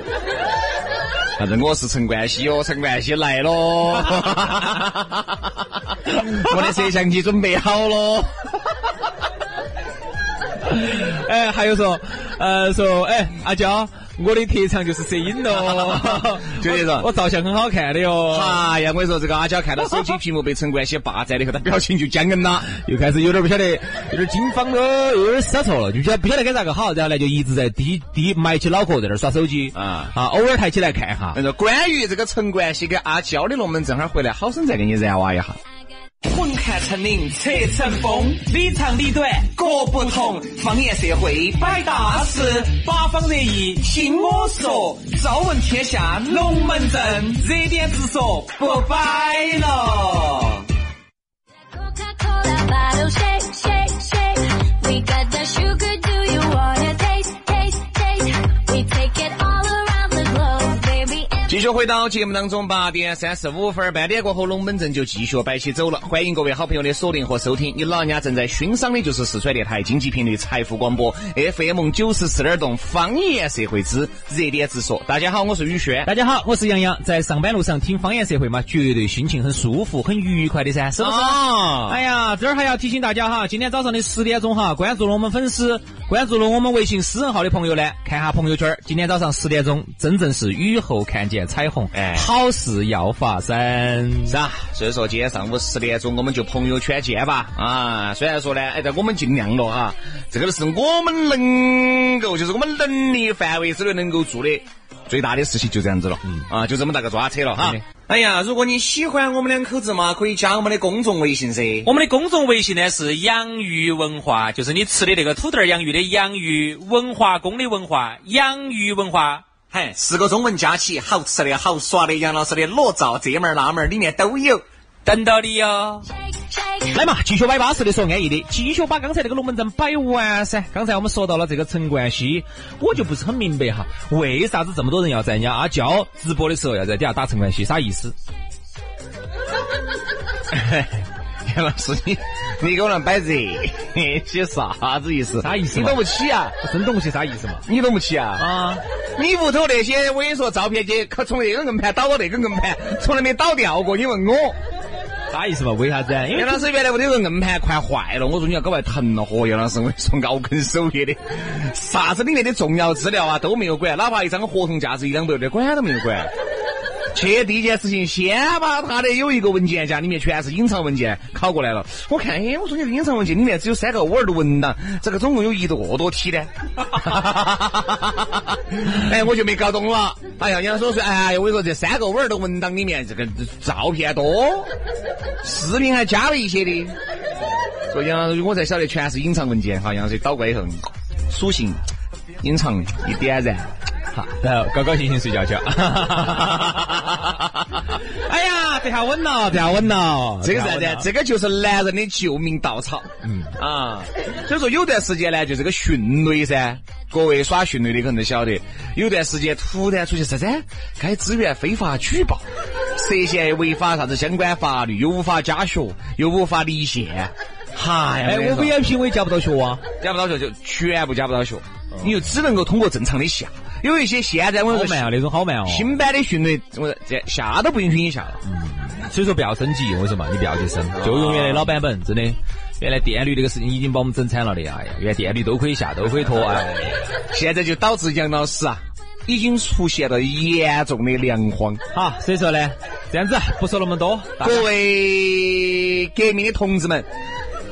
Speaker 2: 反正我是陈冠希哦，陈冠希来喽！我的摄像机准备好喽。，
Speaker 3: 哎，还有说，呃，说，哎，阿娇，我的特长就是摄影喽
Speaker 2: 就这种
Speaker 3: 我我照相很好看的哟。
Speaker 2: 哎呀，我跟你说，这个阿娇看到手机屏幕被陈冠希霸占了以后，她表情就僵硬了。
Speaker 3: 又开始有点不晓得，有点惊慌了，有点失措了，就晓不晓得该咋个好，然后呢就一直在低低埋起脑壳在那儿耍手机
Speaker 2: 啊
Speaker 3: 啊，偶尔抬起来看一下
Speaker 2: 那。个关于这个陈冠希跟阿娇的龙门阵，等会儿回来好生再给你燃挖一下。
Speaker 1: 滚看成岭侧成峰，里长里短各不同。方言社会摆大事，八方热议听我说。朝闻天下龙门阵，热点直说不摆了。
Speaker 4: Coca-Cola bottle shake, shake, shake. We got the sugar, do you wanna taste, taste, taste? We take it all around the globe, baby. And
Speaker 2: 继续回到节目当中，八点三十五分，半点过后，龙门阵就继续摆起走了。欢迎各位好朋友的锁定和收听，你老人家正在欣赏的就是四川电台经济频率财富广播 FM 九十四点栋方言社会之热点直说。大家好，我是宇轩。
Speaker 3: 大家好，我是杨洋，在上班路上听方言社会嘛，绝对心情很舒服、很愉快的噻，是不是？
Speaker 2: 啊
Speaker 3: 哎呀，这儿还要提醒大家哈，今天早上的十点钟哈，关注了我们粉丝、关注了我们微信私人号的朋友呢，看下朋友圈儿。今天早上十点钟，真正是雨后看见彩虹，
Speaker 2: 哎
Speaker 3: 好事要发生。
Speaker 2: 是啊，所以说今天上午十点钟我们就朋友圈见吧。啊，虽然说呢，哎，但我们尽量了啊，这个是我们能够，就是我们能力范围之内能够做的最大的事情，就这样子了。嗯，啊，就这么大个抓扯了哈
Speaker 3: 对。
Speaker 2: 哎呀，如果你喜欢我们两口子嘛，可以加我们的公众微信噻。
Speaker 3: 哦
Speaker 6: 我们的公众微信呢是“养鱼文化”，就是你吃的那个土豆儿养鱼的养鱼，文化宫的文化，养鱼文化。
Speaker 2: 嘿，
Speaker 1: 四个中文加起，好吃的好耍的，杨老师的裸照这门儿那门儿里面都有。
Speaker 6: 等到你哦哟、
Speaker 4: shake, shake.
Speaker 3: 来嘛，继续摆巴适的说安逸的，继续把刚才那个龙门阵摆完噻。刚才我们说到了这个陈冠希，我就不是很明白哈，为啥子这么多人要在人家阿娇直播的时候要在底下打陈冠希，啥意思？
Speaker 2: 杨老师，你 你给我那摆这些啥子意思？
Speaker 3: 啥意思
Speaker 2: 你
Speaker 3: 嘛
Speaker 2: 懂不起啊？
Speaker 3: 我真懂不起啥意思嘛？
Speaker 2: 你懂不起啊
Speaker 3: 啊，
Speaker 2: 你屋头那些，我跟你说，照片机可从那个硬盘倒到那个硬盘，从来没倒掉过。你问我，
Speaker 3: 啥意思嘛？为啥子啊？因为
Speaker 2: 杨老师原来屋头有个硬盘快坏了，我说你要搞快腾了，嚯，杨老师，我跟你说熬根守夜的，啥子里面的重要资料啊都没有管，哪怕一张合同价值一两百的，管都没有管。去第一件事情，先把他的有一个文件夹里面全是隐藏文件拷过来了。我看，哎，我说你这个隐藏文件里面只有三个 Word 文档，这个总共有一个多 T 呢。 哎，我就没搞懂了。哎呀，人家说说，哎呀，我跟你说这三个 Word 文档里面，这个照片多，视频还加了一些的。所以杨啊老师，我才晓得全是隐藏文件哈。杨老师倒过来以后，属性隐藏一点燃，
Speaker 3: 好然后高高兴兴 睡觉去。哎呀，这下稳了，这下稳了，
Speaker 2: 这个是啥
Speaker 3: 下稳
Speaker 2: 子
Speaker 3: 了
Speaker 2: 啊？这个就是男人的救命稻草。嗯啊，所以说有段时间呢，就这个迅雷噻，各位耍迅雷的可能都晓得，有段时间突然出现啥子？该资源非法举报，涉嫌违反啥子相关法律，又无法加学，又无法离线。嗨呀，
Speaker 3: 哎，
Speaker 2: 跟你
Speaker 3: 我
Speaker 2: 说
Speaker 3: VIP 我也加不到学啊。哦
Speaker 2: 加不到学就全部加不到学，你就只能够通过正常的下。有一些现在我
Speaker 3: 好
Speaker 2: 跟你
Speaker 3: 慢啊，
Speaker 2: 说，
Speaker 3: 那种好慢哦。
Speaker 2: 新版的迅雷，我这下都不允许你下了。
Speaker 3: 所以说不要升级，为什么？你不要去升，
Speaker 2: 哦
Speaker 3: 就用原来老版本，真的。原来电驴这个事情已经把我们整惨了的，哎呀，原来电驴都可以下，都可以拖，哎，
Speaker 2: 现在就导致杨老师啊，已经出现了严重的粮荒。
Speaker 3: 好，所以说呢，这样子啊不说那么多，大
Speaker 2: 各位革命的同志们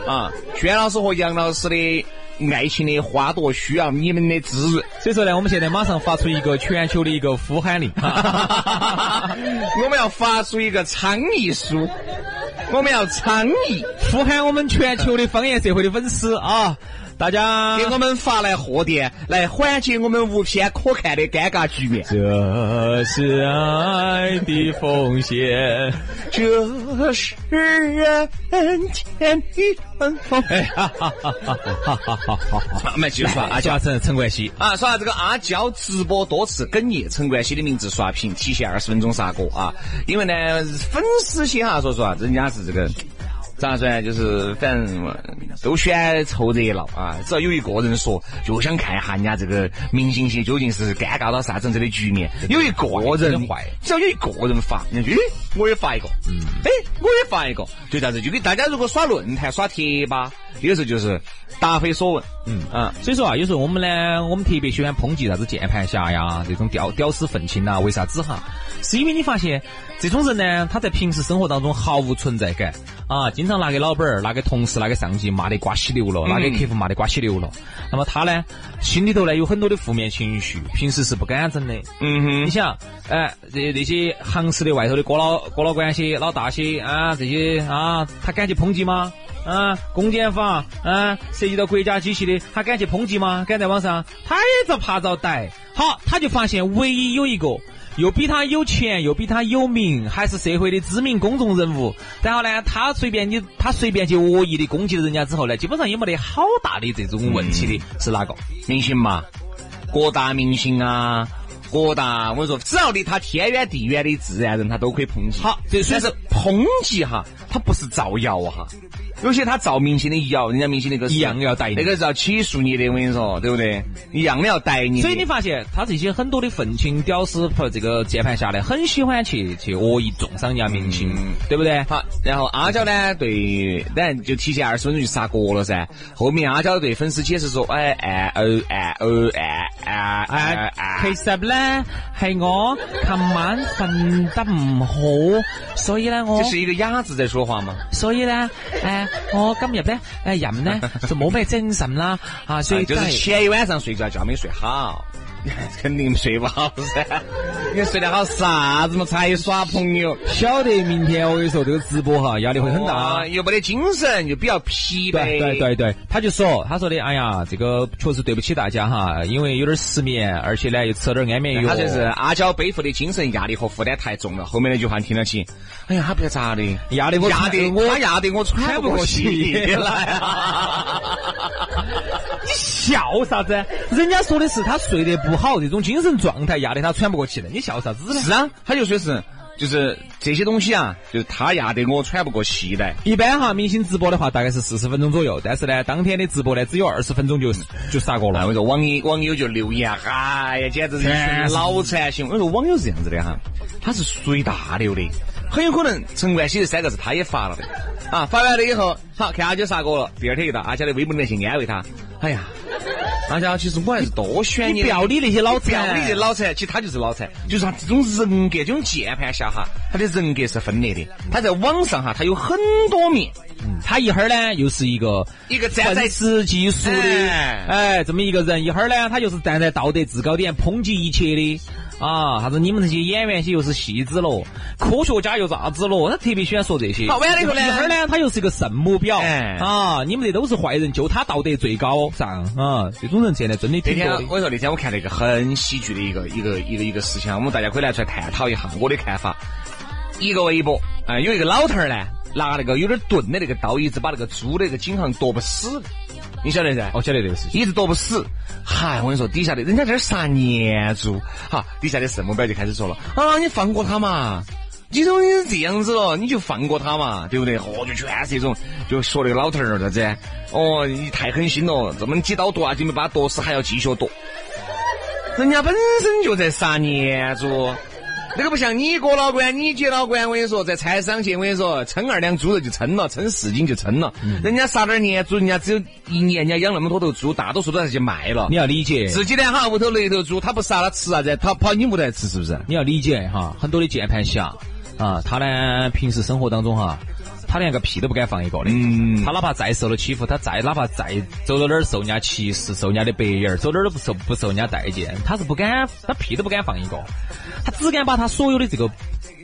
Speaker 2: 啊，轩老师和杨老师的爱情的花朵需要你们的滋润。
Speaker 3: 所以说呢，我们现在马上发出一个全球的一个 呼喊令，
Speaker 2: 我们要发出一个倡议书，我们要倡议
Speaker 3: 呼喊我们全球的方言社会的粉丝啊，大家
Speaker 2: 给我们发来贺电，来缓解我们无片可看的尴尬局面。
Speaker 3: 这是爱的奉献。
Speaker 2: 这是人间的冷风。哎，
Speaker 3: 哈哈哈哈哈哈哈哈！
Speaker 2: 蛮技术
Speaker 3: 阿加陈陈冠希，
Speaker 2: 啊，刷这个阿娇直播多次哽咽陈冠希的名字刷屏，提前二十分钟杀锅啊！因为呢，粉丝些哈，说实话，人家是这个咋说呢？就是反正呃都喜欢凑热闹啊，只要有一个人说，就想看一下人家这个明星些究竟是尴尬到啥子样子的局面。有一个人
Speaker 3: 真的坏，嗯
Speaker 2: 只要有一个人发，你看，哎，我也发一个，哎，我也发一个，就这样子，就给大家如果耍论坛、耍贴吧，有时候就是答非所问，嗯啊。
Speaker 3: 所以说啊，有时候我们呢，我们特别喜欢抨击啥子键盘侠呀，这种屌屌丝愤青啊呐，为啥子哈？是因为你发现这种人呢，他在平时生活当中毫无存在感啊，经常拿给老板儿、拿给同事、拿给上级骂得瓜稀流了，拿给客户骂得瓜稀流了。那么他呢，心里头呢有很多的负面情绪，平时是不敢整的。
Speaker 2: 嗯哼
Speaker 3: 你想，哎、这那些行市的外头的哥老哥老倌些、老大些啊，这些啊，他敢去抨击吗？啊，公检法啊，涉及到国家机器的，他敢去抨击吗？敢在网上？他也遭怕遭逮。好，他就发现唯一有一个。又比他有钱，又比他有名，还是社会的知名公众人物。然后呢，他随便你，他随便去恶意的攻击了人家之后呢，基本上也没得好大的这种问题的，是哪个？
Speaker 2: 明星嘛，各大明星啊，各大我跟你说，只要离他天远地远的自然人，他都可以抨击。
Speaker 3: 好这所以
Speaker 2: 但是抨击哈，他不是造谣哈，有些他造明星的谣，人家明星那个是
Speaker 3: 一样要逮你
Speaker 2: 那个是要起诉你的，我跟你说，对不对？一样的要逮你的。
Speaker 3: 所以你发现他这些很多的愤青屌丝和这个键盘侠呢，很喜欢去去恶意重伤人家明星，
Speaker 2: 嗯
Speaker 3: 对啊不对？
Speaker 2: 好，然后阿娇呢，对，当然就提前二十分钟就杀锅了噻。后面阿娇对粉丝解释说，哎哎哦哎哦哎哎
Speaker 3: 哎
Speaker 2: 哎哎，
Speaker 3: 其实呢，系我琴晚瞓得唔好，所以呢，我
Speaker 2: 这是一个鸭子在说话吗？
Speaker 3: 所以呢，诶、我今日呢，诶、人呢就冇咩精神啦，啊，所以
Speaker 2: 啊就是
Speaker 3: 真係
Speaker 2: 前一晚上睡觉觉没睡好， 肯定睡不好噻。你睡得好啥子嘛？才耍朋友，
Speaker 3: 晓得明天我跟你说这个直播哈压力会很大。
Speaker 2: 哇又没得精神，又比较疲惫。
Speaker 3: 对对对对，他就说，他说的，哎呀，这个确实对不起大家哈，因为有点失眠，而且呢又吃了点安眠
Speaker 2: 他
Speaker 3: 药。
Speaker 2: 就是阿娇背负的精神压力和负担太重了。后面那句话你听了起，哎呀，他不晓得咋的，
Speaker 3: 压得我
Speaker 2: 压得
Speaker 3: 我
Speaker 2: 他压得我喘不过气
Speaker 3: 喘不过气
Speaker 2: 来啊！
Speaker 3: 笑啥子？人家说的是他睡得不好，这种精神状态压得他喘不过气来。你笑啥子呢？
Speaker 2: 是啊，他就说是，就是这些东西啊，就是他压得我喘不过气来。
Speaker 3: 一般哈，明星直播的话大概是四十分钟左右，但是呢，当天的直播呢只有二十分钟就就杀过
Speaker 2: 啊，
Speaker 3: 了。
Speaker 2: 我说网友网友就留言，哎呀，简直是一群
Speaker 3: 全是
Speaker 2: 脑残行为。我说网友是这样子的哈，他是属于大流的，很有可能陈冠希这三个字他也发了的，啊，发完了以后，好看阿娇杀过了，第二天又到阿娇的微博里面去安慰他，哎呀，阿娇其实我还是多喜欢
Speaker 3: 你
Speaker 2: 的
Speaker 3: 不要理那些老
Speaker 2: 不要理这
Speaker 3: 残。
Speaker 2: 脑残，其实他就是脑残，就是他这种人格，这种键盘侠哈，他的人格是分裂的，他在网上哈，他有很多面，
Speaker 3: 他一会儿呢又是一个
Speaker 2: 一个站在
Speaker 3: 愤世嫉俗的，
Speaker 2: 哎
Speaker 3: 哎，这么一个人；一会儿呢，他又是站在道德制高点抨击一切的。啊，啥子你们这些演员些又是戏子喽，科学家又是啥子喽，他特别喜欢说这些。
Speaker 2: 好完了以后呢
Speaker 3: 一会儿呢，他又是一个圣母婊、
Speaker 2: 哎
Speaker 3: 啊，你们这都是坏人，就他道德最高尚啊，这种人现在真的
Speaker 2: 那
Speaker 3: 挺
Speaker 2: 天
Speaker 3: 多
Speaker 2: 我
Speaker 3: 的。
Speaker 2: 跟你说，那天我看了一个很喜剧的一个一个一个一个事情啊，我们大家可以拿出来探讨一下我的看法。一个微博，啊、有一个老头儿呢，拿那个有点钝的那个刀，一直把那个猪的那个颈项剁不死，你晓得噻？
Speaker 3: 哦我晓得这个事情，
Speaker 2: 一直躲不死。嗨，我跟你说，底下的人家这是啥年猪？哈，底下的圣母婊就开始说了啊，你放过他嘛。你都已经这样子了，你就放过他嘛，对不对？哦，就全是这种，就说那个老头儿啥子？哦，你太狠心了，这么几刀剁啊，就没把他剁死，还要继续剁。人家本身就在杀年猪，那个不像你哥老倌，你姐老倌，我跟你说，在菜市场去，我跟你说，称二两猪肉就称了，称四斤就称了。人家杀点年猪，人家只有一年，人家养那么多头猪，大多数都拿去卖了
Speaker 3: 你。要理解。
Speaker 2: 自己的哈，屋头那一头猪，他不杀，他吃啥子？他跑你屋头来吃，是不是？
Speaker 3: 你要理解哈，很多的键盘侠啊，他呢平时生活当中哈，他连个屁都不敢放一个的。
Speaker 2: 嗯
Speaker 3: 他哪怕再受了欺负，他再哪怕再走到哪儿受人家歧视、受人家的白眼儿，走哪儿都不受不受人家待见，他是不敢，他屁都不敢放一个，他只敢把他所有的这个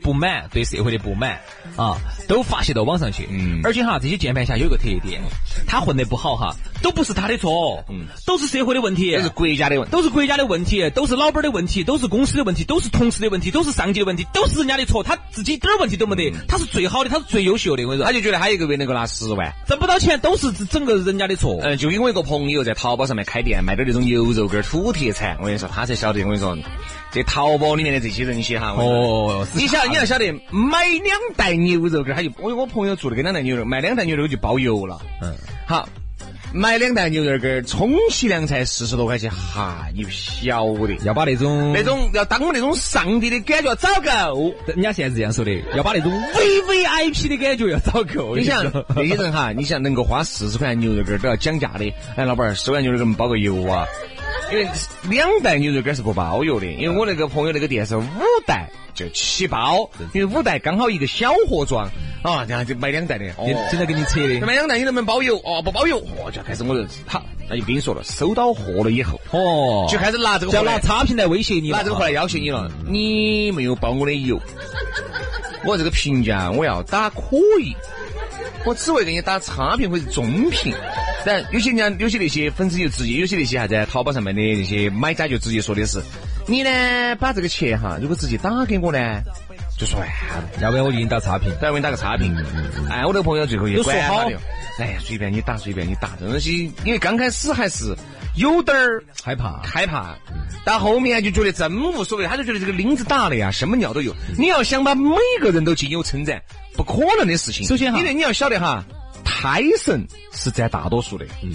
Speaker 3: 不满、对社会的不满啊，都发泄到网上去。
Speaker 2: 嗯
Speaker 3: 而且哈，这些键盘侠有一个特点，他混得不好哈，都不是他的错，
Speaker 2: 嗯
Speaker 3: 都是社会的问题，
Speaker 2: 这是国家的问题。
Speaker 3: 都是国家的问题，都是老板的问题，都是公司的问题，都是同事的问题，都是上级的问题，都是人家的错，他自己一点儿问题都没得，他是最好的，他是最优秀的，我跟你
Speaker 2: 嗯他
Speaker 3: 说，
Speaker 2: 就觉得他一个月能够拿十万，
Speaker 3: 挣不到钱都是整个人家的错。
Speaker 2: 嗯，就因为一个朋友在淘宝上面开店，卖点那种牛肉干、土特产，我跟你说，他才晓得，我跟你说，这淘宝里面的这些人些哈，我跟你说
Speaker 3: 哦，
Speaker 2: 你晓你要晓得，买两袋牛肉干，他就我我朋友做了个两袋牛肉，卖两袋牛肉就包邮了。
Speaker 3: 嗯，
Speaker 2: 好，买两袋牛肉干，充其量才四十多块钱，哈，你不晓得。
Speaker 3: 要把那种
Speaker 2: 那种要当我那种上帝的感觉找够。
Speaker 3: 人家现在是这样说的，要把那种 V V I P 的感觉要找够。
Speaker 2: 你想
Speaker 3: 知道吗
Speaker 2: 那些人 哈，你想能够花四十块钱牛肉干都要讲价的，哎，老板儿，十块牛肉干包个邮啊？因为两袋牛肉干是不包邮的，因为我那个朋友那个店是五袋就起包，因为五袋刚好一个小盒装啊，然后就买两袋的。哦
Speaker 3: 你正在给你扯的。
Speaker 2: 买两袋你能不能包邮？哦，不包邮，哦，就开始我就好，那就跟你说了，收到货了以后，
Speaker 3: 哦，
Speaker 2: 就开始拿这个
Speaker 3: 就要
Speaker 2: 货
Speaker 3: 拿
Speaker 2: 来，
Speaker 3: 差评来威胁你了，
Speaker 2: 拿这个货来要挟你了，你没有包我的邮，我这个评价我要打可以，我只会给你打差评或者中评。但有些人家有些那些粉丝就直接，有些那些啥子啊淘宝上面的那些买家就直接说的是，你呢把这个钱哈，如果直接打给我呢，就算了。
Speaker 3: 要不然我就给你打差评。嗯
Speaker 2: 都要给你打个差评。哎，我那个朋友最后也
Speaker 3: 都
Speaker 2: 管
Speaker 3: 说好
Speaker 2: 他了。哎呀，随便你打，随便你打，这东西因为刚开始还是有点儿
Speaker 3: 害怕
Speaker 2: 害怕，到后面就觉得真无所谓，他就觉得这个林子大了呀，什么鸟都有。你要想把每个人都尽有称赞，不可能的事情。
Speaker 3: 首先哈
Speaker 2: 因为你要晓得哈，胎神是占大多数的，嗯，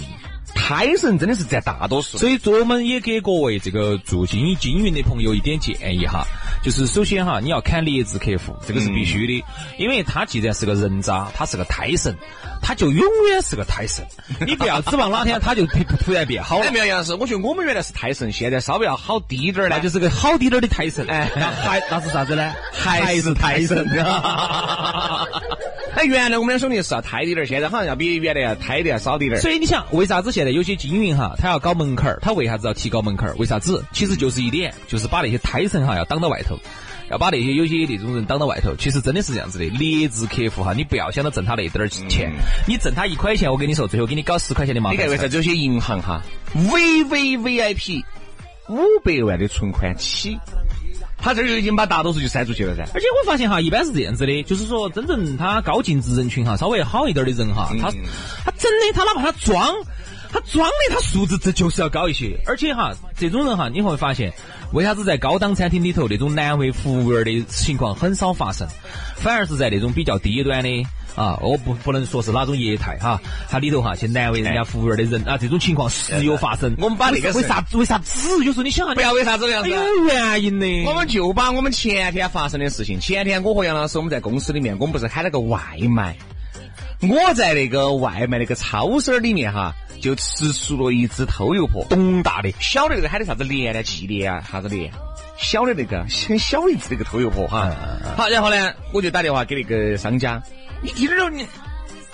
Speaker 2: 胎神真的是占大多数的。
Speaker 3: 所以，我们也给各位这个做经营经营的朋友一点建议哈，就是首先哈，你要砍劣质客户，这个是必须的，因为他既然是个人渣，他是个胎神，他就永远是个胎神。你不要指望哪天他就突突然变好了
Speaker 2: 哎，，苗杨老师，我觉得我们原来是胎神，现在稍微要好低点儿
Speaker 3: 那
Speaker 2: 了，
Speaker 3: 就是个好滴点儿的胎神。
Speaker 2: 哎
Speaker 3: 那还那是啥子呢？
Speaker 2: 还是胎神
Speaker 3: 啊！
Speaker 2: 哎，原来我们两兄弟是要胎一点儿，现在好像要比原来要胎的要少一点儿。
Speaker 3: 所以你想，为啥子现在有些经营哈，他要搞门槛儿？他为啥子要提高门槛儿？为啥子？其实就是一点，就是把那些胎神哈要挡到外头，要把那些有些那种人挡到外头。其实真的是这样子的，劣质客户哈，你不要想着挣他那点儿钱，你挣他一块钱，我跟你说，最后给你搞十块钱的麻
Speaker 2: 你看
Speaker 3: 烦
Speaker 2: 为啥
Speaker 3: 事。
Speaker 2: 子有些银行哈，VVVIP 五百万的存款起，他这儿就已经把大多数就删出去了噻。
Speaker 3: 而且我发现哈，一般是这样子的，就是说，真正他高净值人群哈，稍微好一点的人哈，他他真的他哪怕他装，他装的他素质这就是要高一些。而且哈，这种人哈，你会发现为啥子在高档餐厅里头那种难为服务员的情况很少发生，反而是在那种比较低端的。啊，我不不能说是哪种业态哈，它里头哈去难为人家服务员的人啊，这种情况时有发生。
Speaker 2: 我们把那个
Speaker 3: 为啥子为啥子？有时候你想啊，
Speaker 2: 不要为啥子这样
Speaker 3: 哎
Speaker 2: 子。
Speaker 3: 有原因的。
Speaker 2: 我们就把我们前天发生的事情，前天我和杨老师我们在公司里面，我们不是喊了个外卖，我在那个外卖那个超市儿里面哈，就吃出了一只偷油婆，
Speaker 3: 东大的
Speaker 2: 小的那个喊的啥子莲呢？纪莲啊，啥子莲？小的那个很小的一只那个
Speaker 3: 啊
Speaker 2: 偷油婆哈。好，然后呢，我就打电话给那个商家，你一点儿都你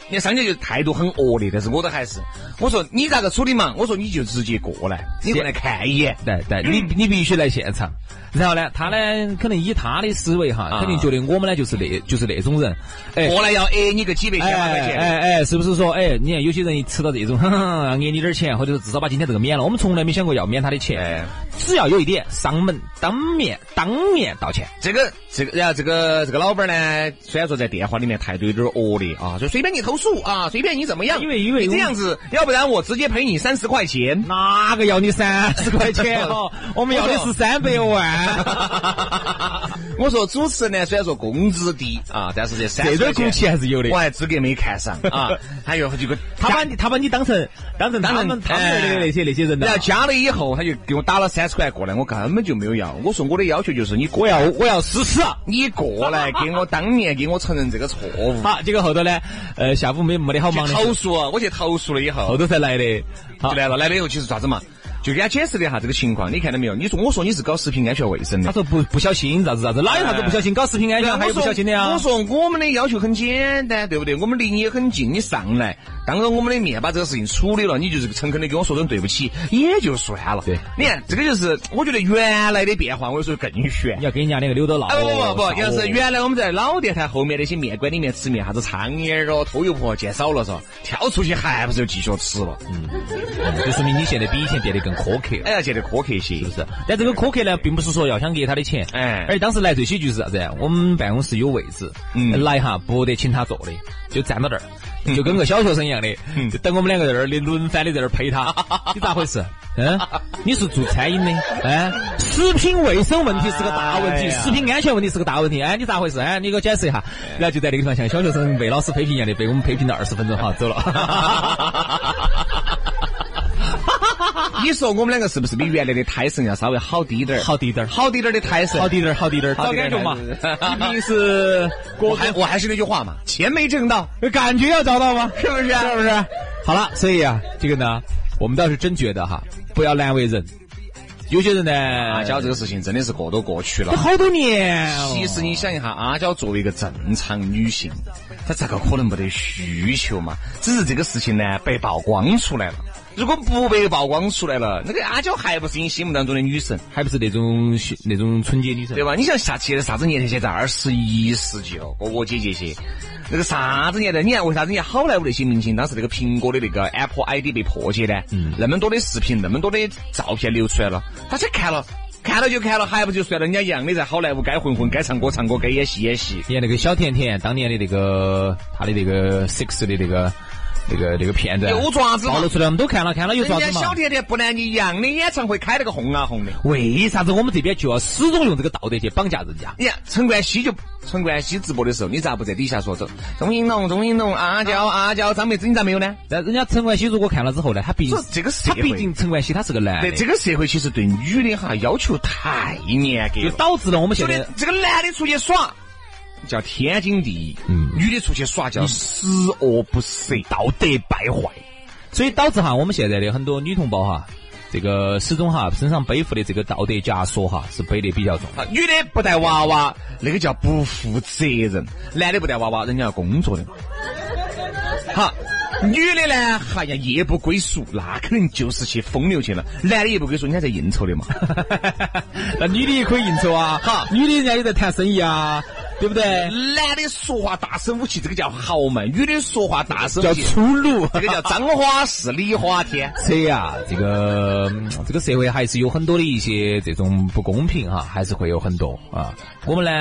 Speaker 2: 你看商家就态度很恶劣，但是我都还是，我说你咋个处理嘛？我说你就直接过来，你过来看一眼。
Speaker 3: 对对，你你必须来现场。然后呢，他呢，可能以他的思维哈，肯定觉得我们呢就是那就是那种人，哎。
Speaker 2: 过来要 A 你个几百
Speaker 3: 哎
Speaker 2: 千万块
Speaker 3: 哎
Speaker 2: 钱，
Speaker 3: 哎哎，是不是说，哎，你看有些人一吃到这种，哼哼，要给你点儿钱，或者是至少把今天这个免了。我们从来没想过要免他的钱
Speaker 2: 哎，
Speaker 3: 只要有一点上门当面当面道歉。
Speaker 2: 这个这个，然后这个这个老板呢，虽然说在电话里面态度有点恶劣啊，就随便你投诉啊，随便你怎么样，
Speaker 3: 因为因为
Speaker 2: 你这样子，要不然我直接赔你三十块钱。
Speaker 3: 哪个要你三十块钱 哦？我们要的是三百万。
Speaker 2: 我说主持人呢，虽然说工资低啊，但是这三
Speaker 3: 这
Speaker 2: 十
Speaker 3: 点
Speaker 2: 块
Speaker 3: 骨
Speaker 2: 钱
Speaker 3: 气还是有的
Speaker 2: 我。还资格没看上啊。 还有这个
Speaker 3: 他把你他把你当成当成他们他们那
Speaker 2: 哎
Speaker 3: 个那些那些人了
Speaker 2: 然后。加了以后，他就给我打了三十块过来，我根本就没有要。我说我的要求就是你过
Speaker 3: 我要我要死死。
Speaker 2: 啊你过 来给我当面给我承认这个错误，
Speaker 3: 好，啊结果后头呢，呃，下午没没得好忙
Speaker 2: 去
Speaker 3: 的，
Speaker 2: 投诉，啊我去投诉了以
Speaker 3: 后
Speaker 2: 后，
Speaker 3: 头才来的。好
Speaker 2: 就，来了，来了以后其实啥子嘛？就给他解释了一下这个情况，你看到没有？你说我说你是搞食品安全卫生的，
Speaker 3: 他
Speaker 2: 啊
Speaker 3: 说不不小心啥子啥子，哪有啥子不小心搞食品安全，还有不小心的呀
Speaker 2: 哎我？说我们的要求很简单，对不对？我们离你也很近，你上来，当着我们的面把这个事情处理了，你就是诚恳的跟我说声对不起，也就算了。
Speaker 3: 对
Speaker 2: 你看这个就是我觉得原来的变化，我有时候更悬
Speaker 3: 你。要跟人家那个哦扭到闹。
Speaker 2: 哎不不不
Speaker 3: 闹
Speaker 2: 不，要是原来我们在老电台后面那些面馆里面吃面，啥子苍蝇儿哦、偷油婆见少了嗦，跳出去还不是就继续吃了？
Speaker 3: 就说明你现在比以前变得更苛刻了。
Speaker 2: 哎要觉得苛刻些，是不
Speaker 3: 是？但这个苛刻呢，并不是说要想给他的钱，
Speaker 2: 哎
Speaker 3: 而且当时来最喜剧是啥子呀？我们办公室有位置，
Speaker 2: 嗯
Speaker 3: 来哈不得请他坐的，就站到那儿，就跟个小学生一样的，就等我们两个在那儿轮番的在那儿陪他，你咋回事？ 嗯，你是做餐饮的，哎，食品卫生问题是个大问
Speaker 2: 哎
Speaker 3: 题，
Speaker 2: 呀
Speaker 3: 食品安全问题是个大问题，哎，你咋回事？哎，你给我解释一下。然后就在那个地方像小学生被老师批评一样的，被我们批评了二十分钟，好走了，
Speaker 2: 你说我们两个是不是比原来的胎神要稍微好滴点儿？
Speaker 3: 好滴点儿。
Speaker 2: 好滴点儿的胎神，
Speaker 3: 好滴点儿，好滴点儿，
Speaker 2: 好
Speaker 3: 找
Speaker 2: 滴点
Speaker 3: 感
Speaker 2: 儿
Speaker 3: 觉 嘛。
Speaker 2: 好滴点儿
Speaker 3: 你毕竟是
Speaker 2: 我还我还是那句话嘛，钱没挣到，
Speaker 3: 感觉要找到吗？
Speaker 2: 是不是？是不是？
Speaker 3: 好了，所以啊，这个呢，我们倒是真觉得哈，不要难为人。有些人呢，
Speaker 2: 阿娇这个事情真的是过都过去了
Speaker 3: 都。好多年哦、
Speaker 2: 其实你想一下，阿娇作为一个正常女性，她咋个可能没得需求嘛？只是这个事情呢被曝光出来了。如果不被曝光出来了，那个阿娇还不是你心目当中的女神，
Speaker 3: 还不是那种那种纯洁女神
Speaker 2: 对。吧？你想下去的啥子年代？现在二十一世纪了，哥哥姐姐些，那个啥子年代？你看为啥子人家好莱坞那些明星当时那个苹果的那个 Apple ID 被破解呢？嗯，那么多的视频，那么多的照片流出来了，大家看了。看了就看了，还不就算了？人家一样的在好莱坞该混混，该唱歌唱歌，该演戏演戏。
Speaker 3: 你看那个小甜甜当年的那个她的那个 six 的那个那个那个片子，啊
Speaker 2: 有爪子嘛
Speaker 3: 暴露出来，我们都看了，看了有爪
Speaker 2: 人
Speaker 3: 子
Speaker 2: 家
Speaker 3: 嘛
Speaker 2: 小。甜甜不然你一样的演唱会开了个红啊红的。
Speaker 3: 为啥子我们这边就要始终用这个道德去绑架人家？
Speaker 2: 你看陈冠希就陈冠希直播的时候，你咋不在底下说着钟欣龙、钟欣龙、阿娇、阿娇、张柏芝，你咋没有呢？
Speaker 3: 但人家陈冠希如果看了之后呢，他毕竟
Speaker 2: 说这个社
Speaker 3: 他
Speaker 2: 会
Speaker 3: 毕竟陈冠希他是个男
Speaker 2: 对
Speaker 3: 的，
Speaker 2: 这个社会其实对女的哈要求太严格
Speaker 3: 就
Speaker 2: 了，
Speaker 3: 导致了我们
Speaker 2: 觉
Speaker 3: 现在
Speaker 2: 得这个男的出去耍叫天经地义，女的出去耍叫十恶不赦、道德败坏。
Speaker 3: 所以导致哈，我们现在的很多女同胞哈，这个始终哈身上背负的这个道德枷锁哈，是背得比较重。
Speaker 2: 啊，女的不带娃娃，那个叫不负责任；男的不带娃娃，人家要工作的嘛。好，女的呢，哎呀，夜不归宿，那肯定就是去风流去了；男的夜不归宿，人家在应酬的嘛。
Speaker 3: 那女的也可以应酬啊，
Speaker 2: 哈
Speaker 3: 女的人家也在谈生意啊，对不对？
Speaker 2: 男的说话大声武器，这个叫豪迈；女的说话大声
Speaker 3: 叫
Speaker 2: 武器，
Speaker 3: 粗鲁。
Speaker 2: 这个叫张花式、李花 天。
Speaker 3: 所以啊，这个嗯这个社会还是有很多的一些这种不公平哈、还是会有很多啊。我们呢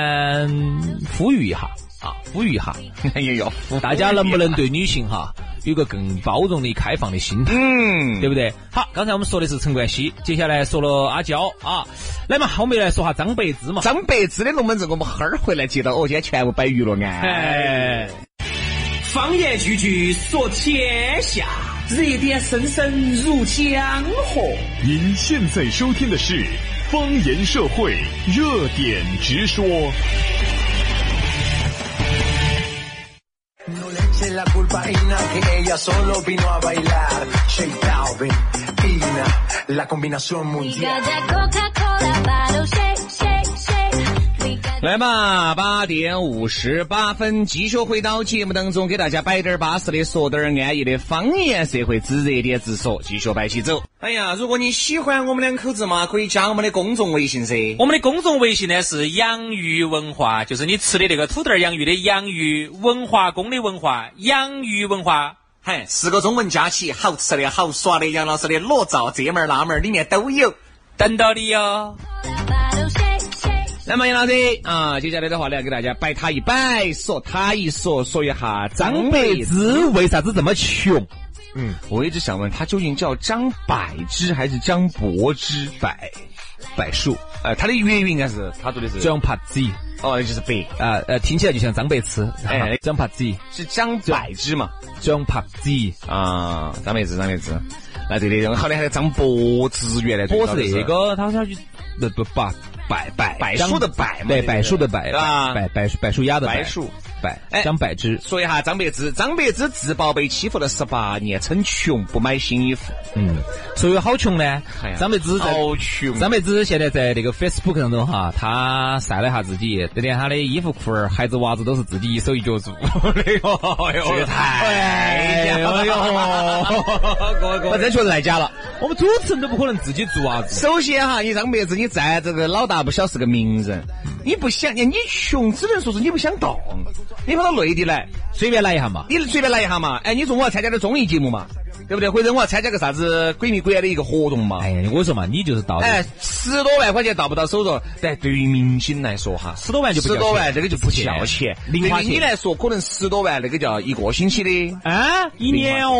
Speaker 3: 嗯呼吁一下啊，呼吁一下，
Speaker 2: 也有
Speaker 3: 大家能不能对女性哈、有个更包容的、开放的心态？
Speaker 2: 嗯，
Speaker 3: 对不对？好，刚才我们说的是陈冠希，接下来说了阿娇啊，来嘛，我们来说下张柏芝嘛。
Speaker 2: 张柏芝的龙门阵我们哈儿回来接到，哦，今天全部摆娱乐案。
Speaker 3: 哎，
Speaker 1: 方言句句说天下，热点声声入江河。
Speaker 5: 您现在收听的是方言社会热点直说。
Speaker 7: No le eche la culpa a Ina que ella solo vino a bailar. Shake Balvin, Ina, la combinación
Speaker 4: We
Speaker 7: mundial.
Speaker 4: got that Coca-Cola bottle shake, shake, shake. We got
Speaker 2: 来吧，八点五十八分，继续回到节目当中，给大家摆点儿巴适的，说点儿安逸的方言社会之热点直说，继续摆起走。哎呀，如果你喜欢我们两口子嘛，可以加我们的公众微信噻。
Speaker 6: 我们的公众微信呢是“养鱼文化”，就是你吃的那个土豆儿洋芋的养鱼，文化宫的文化，养鱼文化。
Speaker 2: 嘿，
Speaker 1: 四个中文加起，好吃的好耍的，杨老师的裸照这门儿那门儿里面都有。
Speaker 6: 等到你哦哟！
Speaker 4: bottle shake, shake.
Speaker 2: 那么杨老师啊，接下来的话呢，给大家摆他一摆，说他一说，说一下张柏芝。
Speaker 3: 芝为啥子这么穷？
Speaker 2: 我一直想问他究竟叫张柏芝还是张柏芝？柏，柏树。呃，他的粤语应该是他读的是
Speaker 3: 张柏芝
Speaker 2: 哦，就是北，
Speaker 3: 啊呃，听起来就像张柏芝，
Speaker 2: 哎
Speaker 3: 哎，张柏芝，
Speaker 2: 是张柏芝嘛？
Speaker 3: 张柏芝，
Speaker 2: 啊，张柏芝，张柏芝。那这里好的还有张柏芝，原来最
Speaker 3: 我
Speaker 2: 早
Speaker 3: 是
Speaker 2: 就
Speaker 3: 那个，他他去不不柏柏柏
Speaker 2: 柏
Speaker 3: 张
Speaker 2: 树的柏嘛，这
Speaker 3: 对，
Speaker 2: 个
Speaker 3: 柏树的柏
Speaker 2: 啊
Speaker 3: 柏柏柏树丫的
Speaker 2: 柏树。哎
Speaker 3: 柏张柏芝，
Speaker 2: 说一下张柏芝，张柏芝自曝被欺负了十八年，称穷不买新衣服。
Speaker 3: 嗯，所以好穷呢
Speaker 2: 哎呀，
Speaker 3: 张柏芝在
Speaker 2: 好穷
Speaker 3: 张柏芝现在在那个 Facebook 上头哈，她晒了一下自己，连她的衣服、裤儿、孩子、娃子都是自己一手一脚 做。
Speaker 2: 哎呦，哎呦，
Speaker 3: 这太
Speaker 2: 哎呦，哎 呦，
Speaker 3: 我真觉得太假了，我们主持人都不可能自己做啊。
Speaker 2: 首先哈，你张柏芝，你再这个老大不小是个名人，你不想，你穷只能说是你不想动，你跑到内地来，
Speaker 3: 随便来一下嘛。
Speaker 2: 你随便来一下嘛。哎，你说我要参加点综艺节目嘛，对不对？或者我要参加个啥子鬼迷鬼眼的一个活动嘛。
Speaker 3: 哎呀，我说嘛，你就是到
Speaker 2: 哎，十多万块钱到不到手着，但对于明星来说哈，
Speaker 3: 十多万就不叫
Speaker 2: 十多万
Speaker 3: 钱
Speaker 2: 这个就不叫
Speaker 3: 不是
Speaker 2: 钱
Speaker 3: 钱。零花
Speaker 2: 对于你
Speaker 3: 钱
Speaker 2: 来说，可能十多万那个叫一个星期的。
Speaker 3: 啊，一年哦，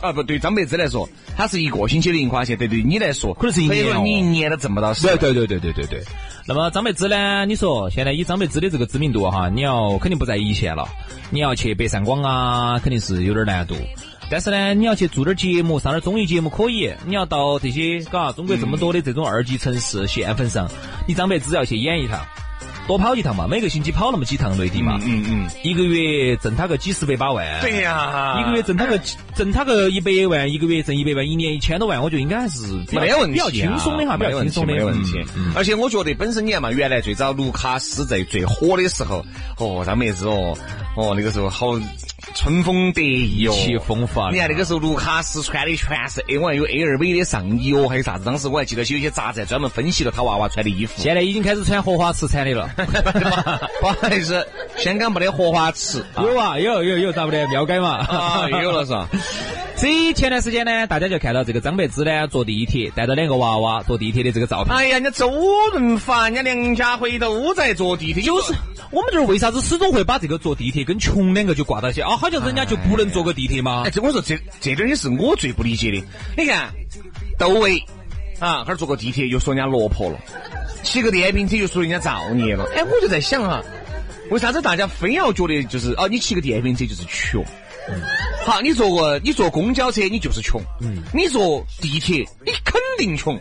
Speaker 2: 啊，不对，张柏芝来说，他是一个星期的零花钱，对对你来说，
Speaker 3: 可能是一年
Speaker 2: 所以说
Speaker 3: 哦
Speaker 2: 你一年都挣不到十
Speaker 3: 对
Speaker 2: 万。
Speaker 3: 对对对对对对。那么张柏芝呢？你说现在以张柏芝的这个知名度啊哈，你要肯定不在一线了，你要去北上广啊，肯定是有点难度。但是呢，你要去做点节目，上点综艺节目可以。你要到这些，嘎，中国这么多的这种二级城市县份上，你张柏芝要去演一趟，多跑一趟嘛，每个星期跑那么几趟内地嘛，
Speaker 2: 嗯嗯，
Speaker 3: 一个月挣他个几十百把万。啊
Speaker 2: 对呀，
Speaker 3: 一个月挣他个挣他个一百万，一个月挣一百万，一年一千多万，我觉得应该还是比较
Speaker 2: 没有问题啊，
Speaker 3: 比较轻松的哈，比
Speaker 2: 没
Speaker 3: 较
Speaker 2: 问
Speaker 3: 轻
Speaker 2: 题，
Speaker 3: 松的
Speaker 2: 没问题
Speaker 3: 嗯嗯。
Speaker 2: 而且我觉得本身你看嘛，原来最早卢卡斯在最火的时候，哦，张柏芝哦，哦那个时候好春风得意哦，
Speaker 3: 意气风啊发
Speaker 2: 你看那个时候卢卡斯穿的全是 A 1有 A 2 V 的上衣哦，还有啥子？当时我还记得有些杂志还专门分析了他娃娃穿的衣服。
Speaker 3: 现在已经开始穿荷花池产的 了，
Speaker 2: 不好意思，香港没得荷花 池啊。
Speaker 3: 有啊，有有有，咋不得庙街嘛？
Speaker 2: 啊，有 了是吧？
Speaker 3: 这前段时间呢，大家就看到这个张柏芝呢坐地铁带着两个娃娃坐地铁的这个照片。
Speaker 2: 哎呀，人家周润发、人家梁家辉都在坐地铁，
Speaker 3: 就是我们这儿为啥子始终会把这个坐地铁跟穷两个就挂到一起啊？好像人家就不能坐个地铁吗
Speaker 2: 哎，？这我说这这点也是我最不理解的。你看，窦唯啊，哈儿坐个地铁又说人家落魄了，骑个电瓶车又说人家造孽了。哎，我就在想哈、为啥子大家非要觉得就是哦，你骑个电瓶车就是穷？好，你坐过你坐公交车你就是穷，你坐地铁你肯定穷，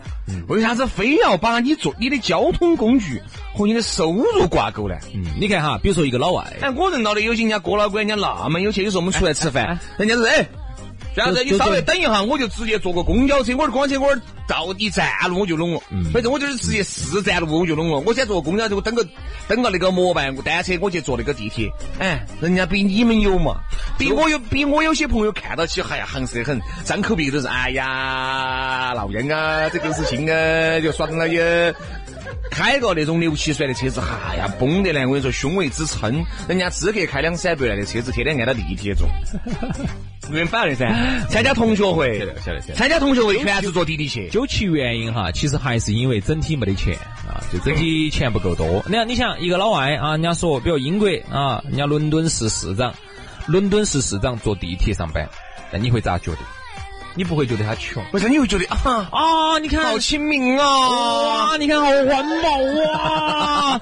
Speaker 2: 为啥子非要把你坐你的交通工具和你的收入挂钩呢？
Speaker 3: 嗯你看哈，比如说一个老外，
Speaker 2: 哎，我认到的有些人家哥老倌，人家那么有钱，有时候我们出来吃饭，人家是哎。这样子，你
Speaker 3: 就就
Speaker 2: 稍微
Speaker 3: 就
Speaker 2: 等一下，我就直接坐个公交车，我这公交车我这到一站路我就拢了，
Speaker 3: 嗯
Speaker 2: 反正我就是直接四站路我就拢了。我先坐个公交车，我等个等个那个末班单车，我去坐那个地铁。哎，人家比你们有嘛？比我有，比我有些朋友看到起，哎呀，行色很，张口闭口都是哎呀，老杨啊，这个事情啊，就耍成了也。开个那种六七岁的车子，哎呀，崩得来！我跟你说，胸围之撑，人家资格开两三百万的车子，天天按到地铁坐，没法的噻。参加同学会，
Speaker 3: 晓得晓得
Speaker 2: 参加同学会全是坐滴滴去。
Speaker 3: 究其原因哈，其实还是因为整体没得钱啊，就整体钱不够多。你看，你想一个老外啊，人家说，比如英国啊，人家伦敦市市长，伦敦市市长坐地铁上班，那你会咋觉得？你不会觉得他穷
Speaker 2: 为啥你会觉得啊，
Speaker 3: 啊？你看
Speaker 2: 好亲民啊？，
Speaker 3: 你看好环 保哇！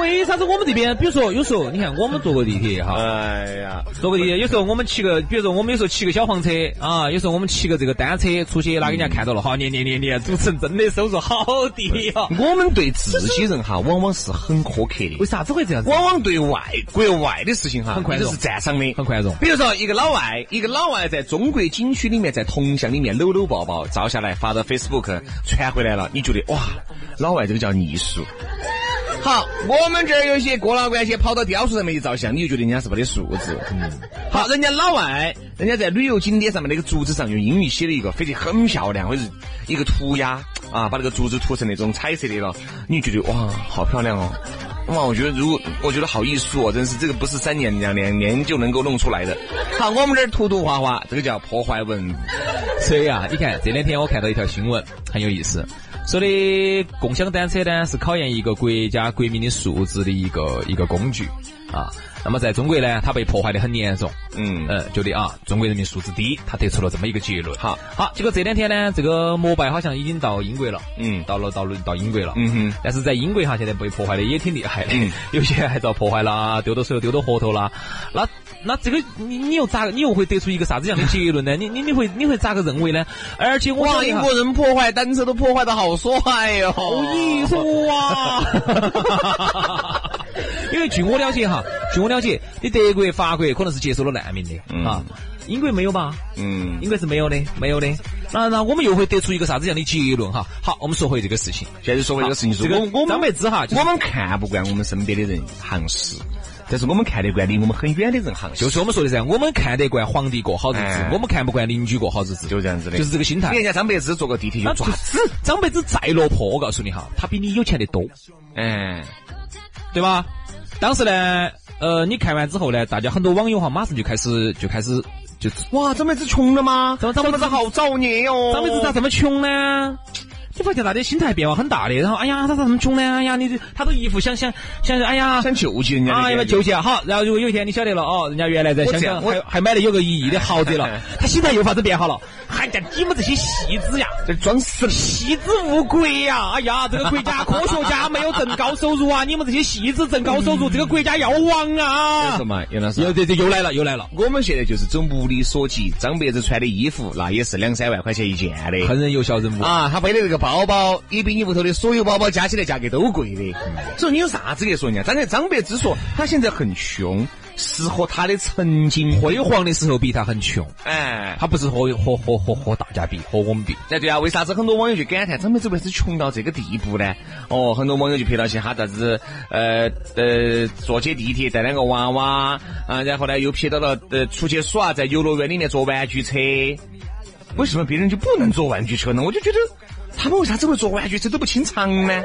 Speaker 3: 为啥子我们这边，比如说有时候你看我们坐过地铁哈，
Speaker 2: 哎呀，
Speaker 3: 坐个地铁，有时候我们骑个，比如说我们有时候骑个小黄车啊，有时候我们骑个这个单车出去，哪给人家看到了，好，你你你你，主持人真的收入好低哦。
Speaker 2: 我们对自己人哈，往往是很苛刻的
Speaker 3: 为。啥子会这样子？
Speaker 2: 往往对外国外的事情哈，
Speaker 3: 很宽容
Speaker 2: 都是赞赏的，
Speaker 3: 很宽容
Speaker 2: 比如说一个老外，一个老外在中国景区里面，在铜像里面搂搂抱抱照下来，发到 Facebook 传回来了，你觉得哇，老外这个叫艺术。好，我们这儿有一些哥老倌些跑到雕塑上面去照相，你就觉得人家是没得素质。好，人家老外，人家在旅游景点上面那个竹子上用英语写了一个，非得很漂亮，或者是一个涂鸦啊，把那个竹子涂成那种彩色的了，你就觉得哇，好漂亮哦。哇，我觉得如果我觉得好艺术哦，真是这个不是三年两两年就能够弄出来的。好，我们这儿涂涂画画，这个叫破坏文。
Speaker 3: 所以啊，你看这两天我看到一条新闻，很有意思，说的共享单车呢是考验一个国家国民的素质的一个一个工具啊。那么在中国呢，它被破坏的很严重，
Speaker 2: 嗯
Speaker 3: 呃，觉得啊，中国人民素质低，他得出了这么一个结论。
Speaker 2: 好
Speaker 3: 好，结果这两天呢，这个摩拜好像已经到英国了，
Speaker 2: 嗯
Speaker 3: 到了到了到英国了，
Speaker 2: 嗯哼。
Speaker 3: 但是在英国哈，现在被破坏的也挺厉害的，
Speaker 2: 嗯
Speaker 3: 有些还遭破坏啦，丢到手丢到河头啦。那那这个你你又咋你又会得出一个啥子样的结论呢？你你你会你会咋个认为呢？而且我
Speaker 2: 哇，
Speaker 3: 想一
Speaker 2: 啊英
Speaker 3: 下哦
Speaker 2: 国人哦破坏单车都破坏的好帅哟、
Speaker 3: 好艺术 啊！因为据我了解哈，据我了解，你德国、法国可能是接收了难民的、
Speaker 2: 嗯
Speaker 3: 啊，英国没有吧？
Speaker 2: 嗯，
Speaker 3: 应该是没有的，没有的。那那我们又会得出一个啥子样的结论哈？好，我们说回这个事情。
Speaker 2: 现在说回这个事情是，
Speaker 3: 这个
Speaker 2: 我我
Speaker 3: 张
Speaker 2: 们
Speaker 3: 柏芝哈，就是
Speaker 2: 我们看不惯我们身边的人行事，但是我们看得惯离我们很远的人行事，
Speaker 3: 就是我们说的噻，我们看得惯皇帝过好日子
Speaker 2: 哎，
Speaker 3: 我们看不惯邻居过好日子，
Speaker 2: 就这样子的，
Speaker 3: 就是这个心态
Speaker 2: 你看。人家张柏芝坐个地铁就
Speaker 3: 那
Speaker 2: 抓
Speaker 3: 就
Speaker 2: 子，
Speaker 3: 是张柏芝再落魄，我告诉你哈，他比你有钱得多，
Speaker 2: 哎，
Speaker 3: 对吧？当时呢，呃，你看完之后呢，大家很多网友哈，马上就开始就开始就
Speaker 2: 哇，张柏芝穷了吗？
Speaker 3: 张张柏芝
Speaker 2: 好造孽哟、
Speaker 3: 张柏芝咋这么穷呢？你发现大家心态变化很大的，然后哎呀，他咋这么穷呢？哎呀，你这他都一副想想想，哎呀，
Speaker 2: 想哎救济人家的
Speaker 3: 啊，
Speaker 2: 感
Speaker 3: 要
Speaker 2: 觉
Speaker 3: 不救济啊！好，然后如果有一天你晓得了哦，人家原来在香
Speaker 2: 我
Speaker 3: 港
Speaker 2: 这
Speaker 3: 还
Speaker 2: 样
Speaker 3: 还买了有个一亿的豪宅了，他心态又发生变化了。哎呀，你们这些戏子呀，
Speaker 2: 这装死了。
Speaker 3: 戏子无归呀！哎呀，这个国家科学家没有挣高收入啊，你们这些戏子挣高收入，这个国家要亡啊
Speaker 2: 什！么？杨老师，
Speaker 3: 又这这又来了，又来了。
Speaker 2: 我们现在就是走目力所及。张柏芝穿的衣服那也是两三万块钱一件的，
Speaker 3: 狠人有小人物，
Speaker 2: 啊，他背的这个包包也比你屋头的所有包包加起来价格都贵的，所以你有啥资格说人家？刚才张柏芝说他现在很穷，适合他的曾经。
Speaker 3: 辉煌的时候比他很穷，
Speaker 2: 哎，
Speaker 3: 他不是和和和和和大家比，和我们比。
Speaker 2: 哎对啊，为啥子很多网友就感叹张柏芝为啥子穷到这个地步呢？哦，很多网友就拍到些他啥子呃呃坐起地铁带两个娃娃啊，然后呢又拍到了呃出去耍，在游乐园里面坐玩具车。为什么别人就不能坐玩具车呢？我就觉得他们为啥子会坐玩具车都不清偿呢？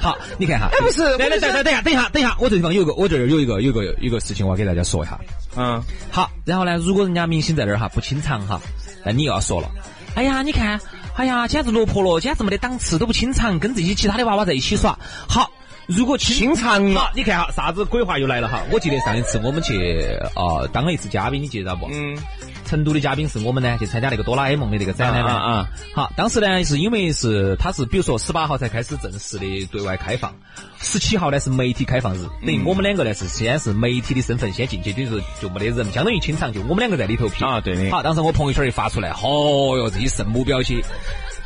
Speaker 3: 好，你看哈，
Speaker 2: 哎不是
Speaker 3: 来
Speaker 2: 我
Speaker 3: 来
Speaker 2: 就
Speaker 3: 等
Speaker 2: 是
Speaker 3: 等等一下，等一下，等一下，我这地方有个，我这儿有一个有一个有一个事情，我要给大家说一下。
Speaker 2: 嗯。
Speaker 3: 好，然后呢，如果人家明星在那儿哈不清偿哈，那你又要说了，哎呀，你看，哎呀，简直落魄了，简直没得档次，都不清偿，跟这些其他的娃娃在一起耍。好，如果清
Speaker 2: 清偿
Speaker 3: 好，你看哈，啥子鬼话又来了哈。我记得上一次我们去啊、呃当了一次嘉宾，你记得不？
Speaker 2: 嗯，
Speaker 3: 成都的嘉宾是我们呢去参加那个哆啦 A 梦的那个展览呢。
Speaker 2: 啊啊啊
Speaker 3: 好，当时呢是因为是它是比如说十八号才开始正式的对外开放，十七号呢是媒体开放日，等于我们两个呢是先是媒体的身份先进去，等于说就没得人，相当于清场，就我们两个在里头批
Speaker 2: 啊对的
Speaker 3: 好，当时我朋友圈一发出来，哦哟，这些圣母婊些。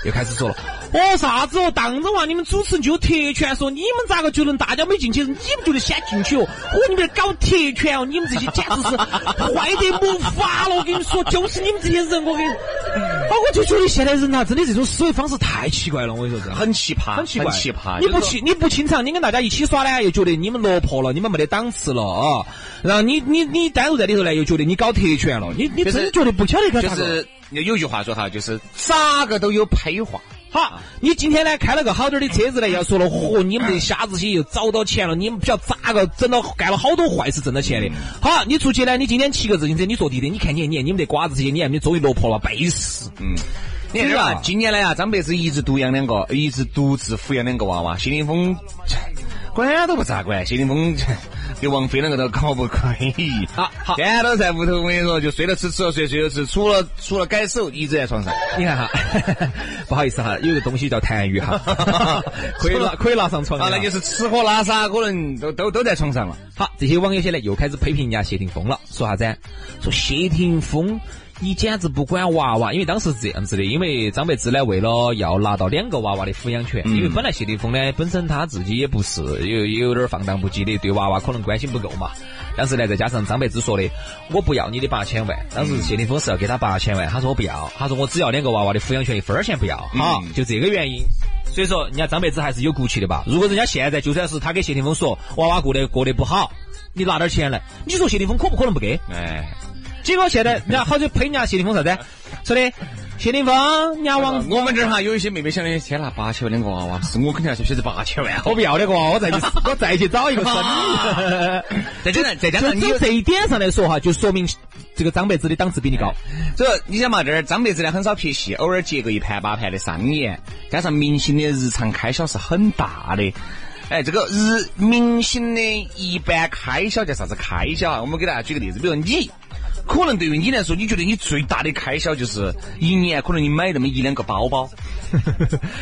Speaker 3: 又开始说了，哦啥子哦，当然哇，你们主持人就有特权说，你们咋个就能大家没进去，你们就得先进去哦，哦你们这搞特权哦，你们这些简直是坏得没法了，我跟你说，就是你们这些人，我跟你，哦我就觉得现在人呐、真的这种思维方式太奇怪了，我跟你说真的。
Speaker 2: 很奇葩，
Speaker 3: 很奇怪，
Speaker 2: 奇葩。
Speaker 3: 你不
Speaker 2: 就是说，
Speaker 3: 清你不清场，你跟大家一起耍呢，又觉得你们落魄了，你们没得档次了啊。然后你你你单独在里头呢，又觉得你搞特权了，你你
Speaker 2: 就是
Speaker 3: 真觉得不晓得该咋
Speaker 2: 就
Speaker 3: 个。
Speaker 2: 是有句话说哈，就是咋个都有胚化。
Speaker 3: 好，你今天呢开了个好点儿的车子呢，要说了，嚯，你们这瞎子些又找到钱了，你们不晓得咋个整到干了好多坏事挣到钱的。
Speaker 2: 嗯
Speaker 3: 好，你出去呢，你今天骑个自行车，你坐地铁，你看你你你们这瓜子些，你看你终于落魄了，背时。
Speaker 2: 你看
Speaker 3: 是啊
Speaker 2: 嗯啊，今年来啊，张柏芝一直独养两个，一直独自抚养两个娃娃。谢霆锋管都不咋管，谢霆锋 跟王菲两个都搞不亏。
Speaker 3: 啊好
Speaker 2: 天天都在屋头，我跟你说，就睡了吃，吃了睡，睡了吃，除了除了改手，一直在床上。
Speaker 3: 你看哈， 不好意思哈，有一个东西叫痰 盂哈，可以拿可以拿上床的
Speaker 2: 啊，
Speaker 3: 哈
Speaker 2: 那就是吃喝拉撒，可能都都都在床上了。
Speaker 3: 好，这些网友些呢又开始批评人家谢霆锋了，说啥子啊？说谢霆锋，你简直不管娃娃，因为当时是这样子的，因为张柏芝呢为了要拿到两个娃娃的抚养
Speaker 2: 嗯
Speaker 3: 权，因为本来谢霆锋呢本身他自己也不是有也有点儿放荡不羁的，对娃娃可能关心不够嘛。当时呢，再加上张柏芝说的“我不要你的八千万”，当时谢霆锋
Speaker 2: 嗯
Speaker 3: 是啊要给他八千万，他说我不要，他说我只要两个娃娃的抚养权，一分儿钱不要，好，就这个原因。所以说，人家张柏芝还是有骨气的吧？如果人家现在就算是他给谢霆锋说娃娃过得过得不好，你拿点钱来，你说谢霆锋可不可能不给？
Speaker 2: 哎，
Speaker 3: 结果现在人家好久喷人家谢霆锋啥子？说的谢霆锋，人家王
Speaker 2: 我们这儿哈有一些妹妹想的，天呐，八千万两个娃娃，是我肯定要去选择八千万。
Speaker 3: 我不要那个，我 再去我再去找一个
Speaker 2: 啊 再
Speaker 3: 真的。
Speaker 2: 加上再加
Speaker 3: 就
Speaker 2: 上你
Speaker 3: 从
Speaker 2: 有，
Speaker 3: 这一点上来说哈，就说明这个张柏芝的档次比你高。
Speaker 2: 所以你想嘛，这儿张柏芝呢很少拍戏，偶尔接个一盘八盘的商演，加上明星的日常开销是很大的。哎，这个日明星的一般开销叫啥子开销啊？我们给大家举个例子，比如你。可能对于你来说，你觉得你最大的开销就是一年，可能你买那么一两个包 包，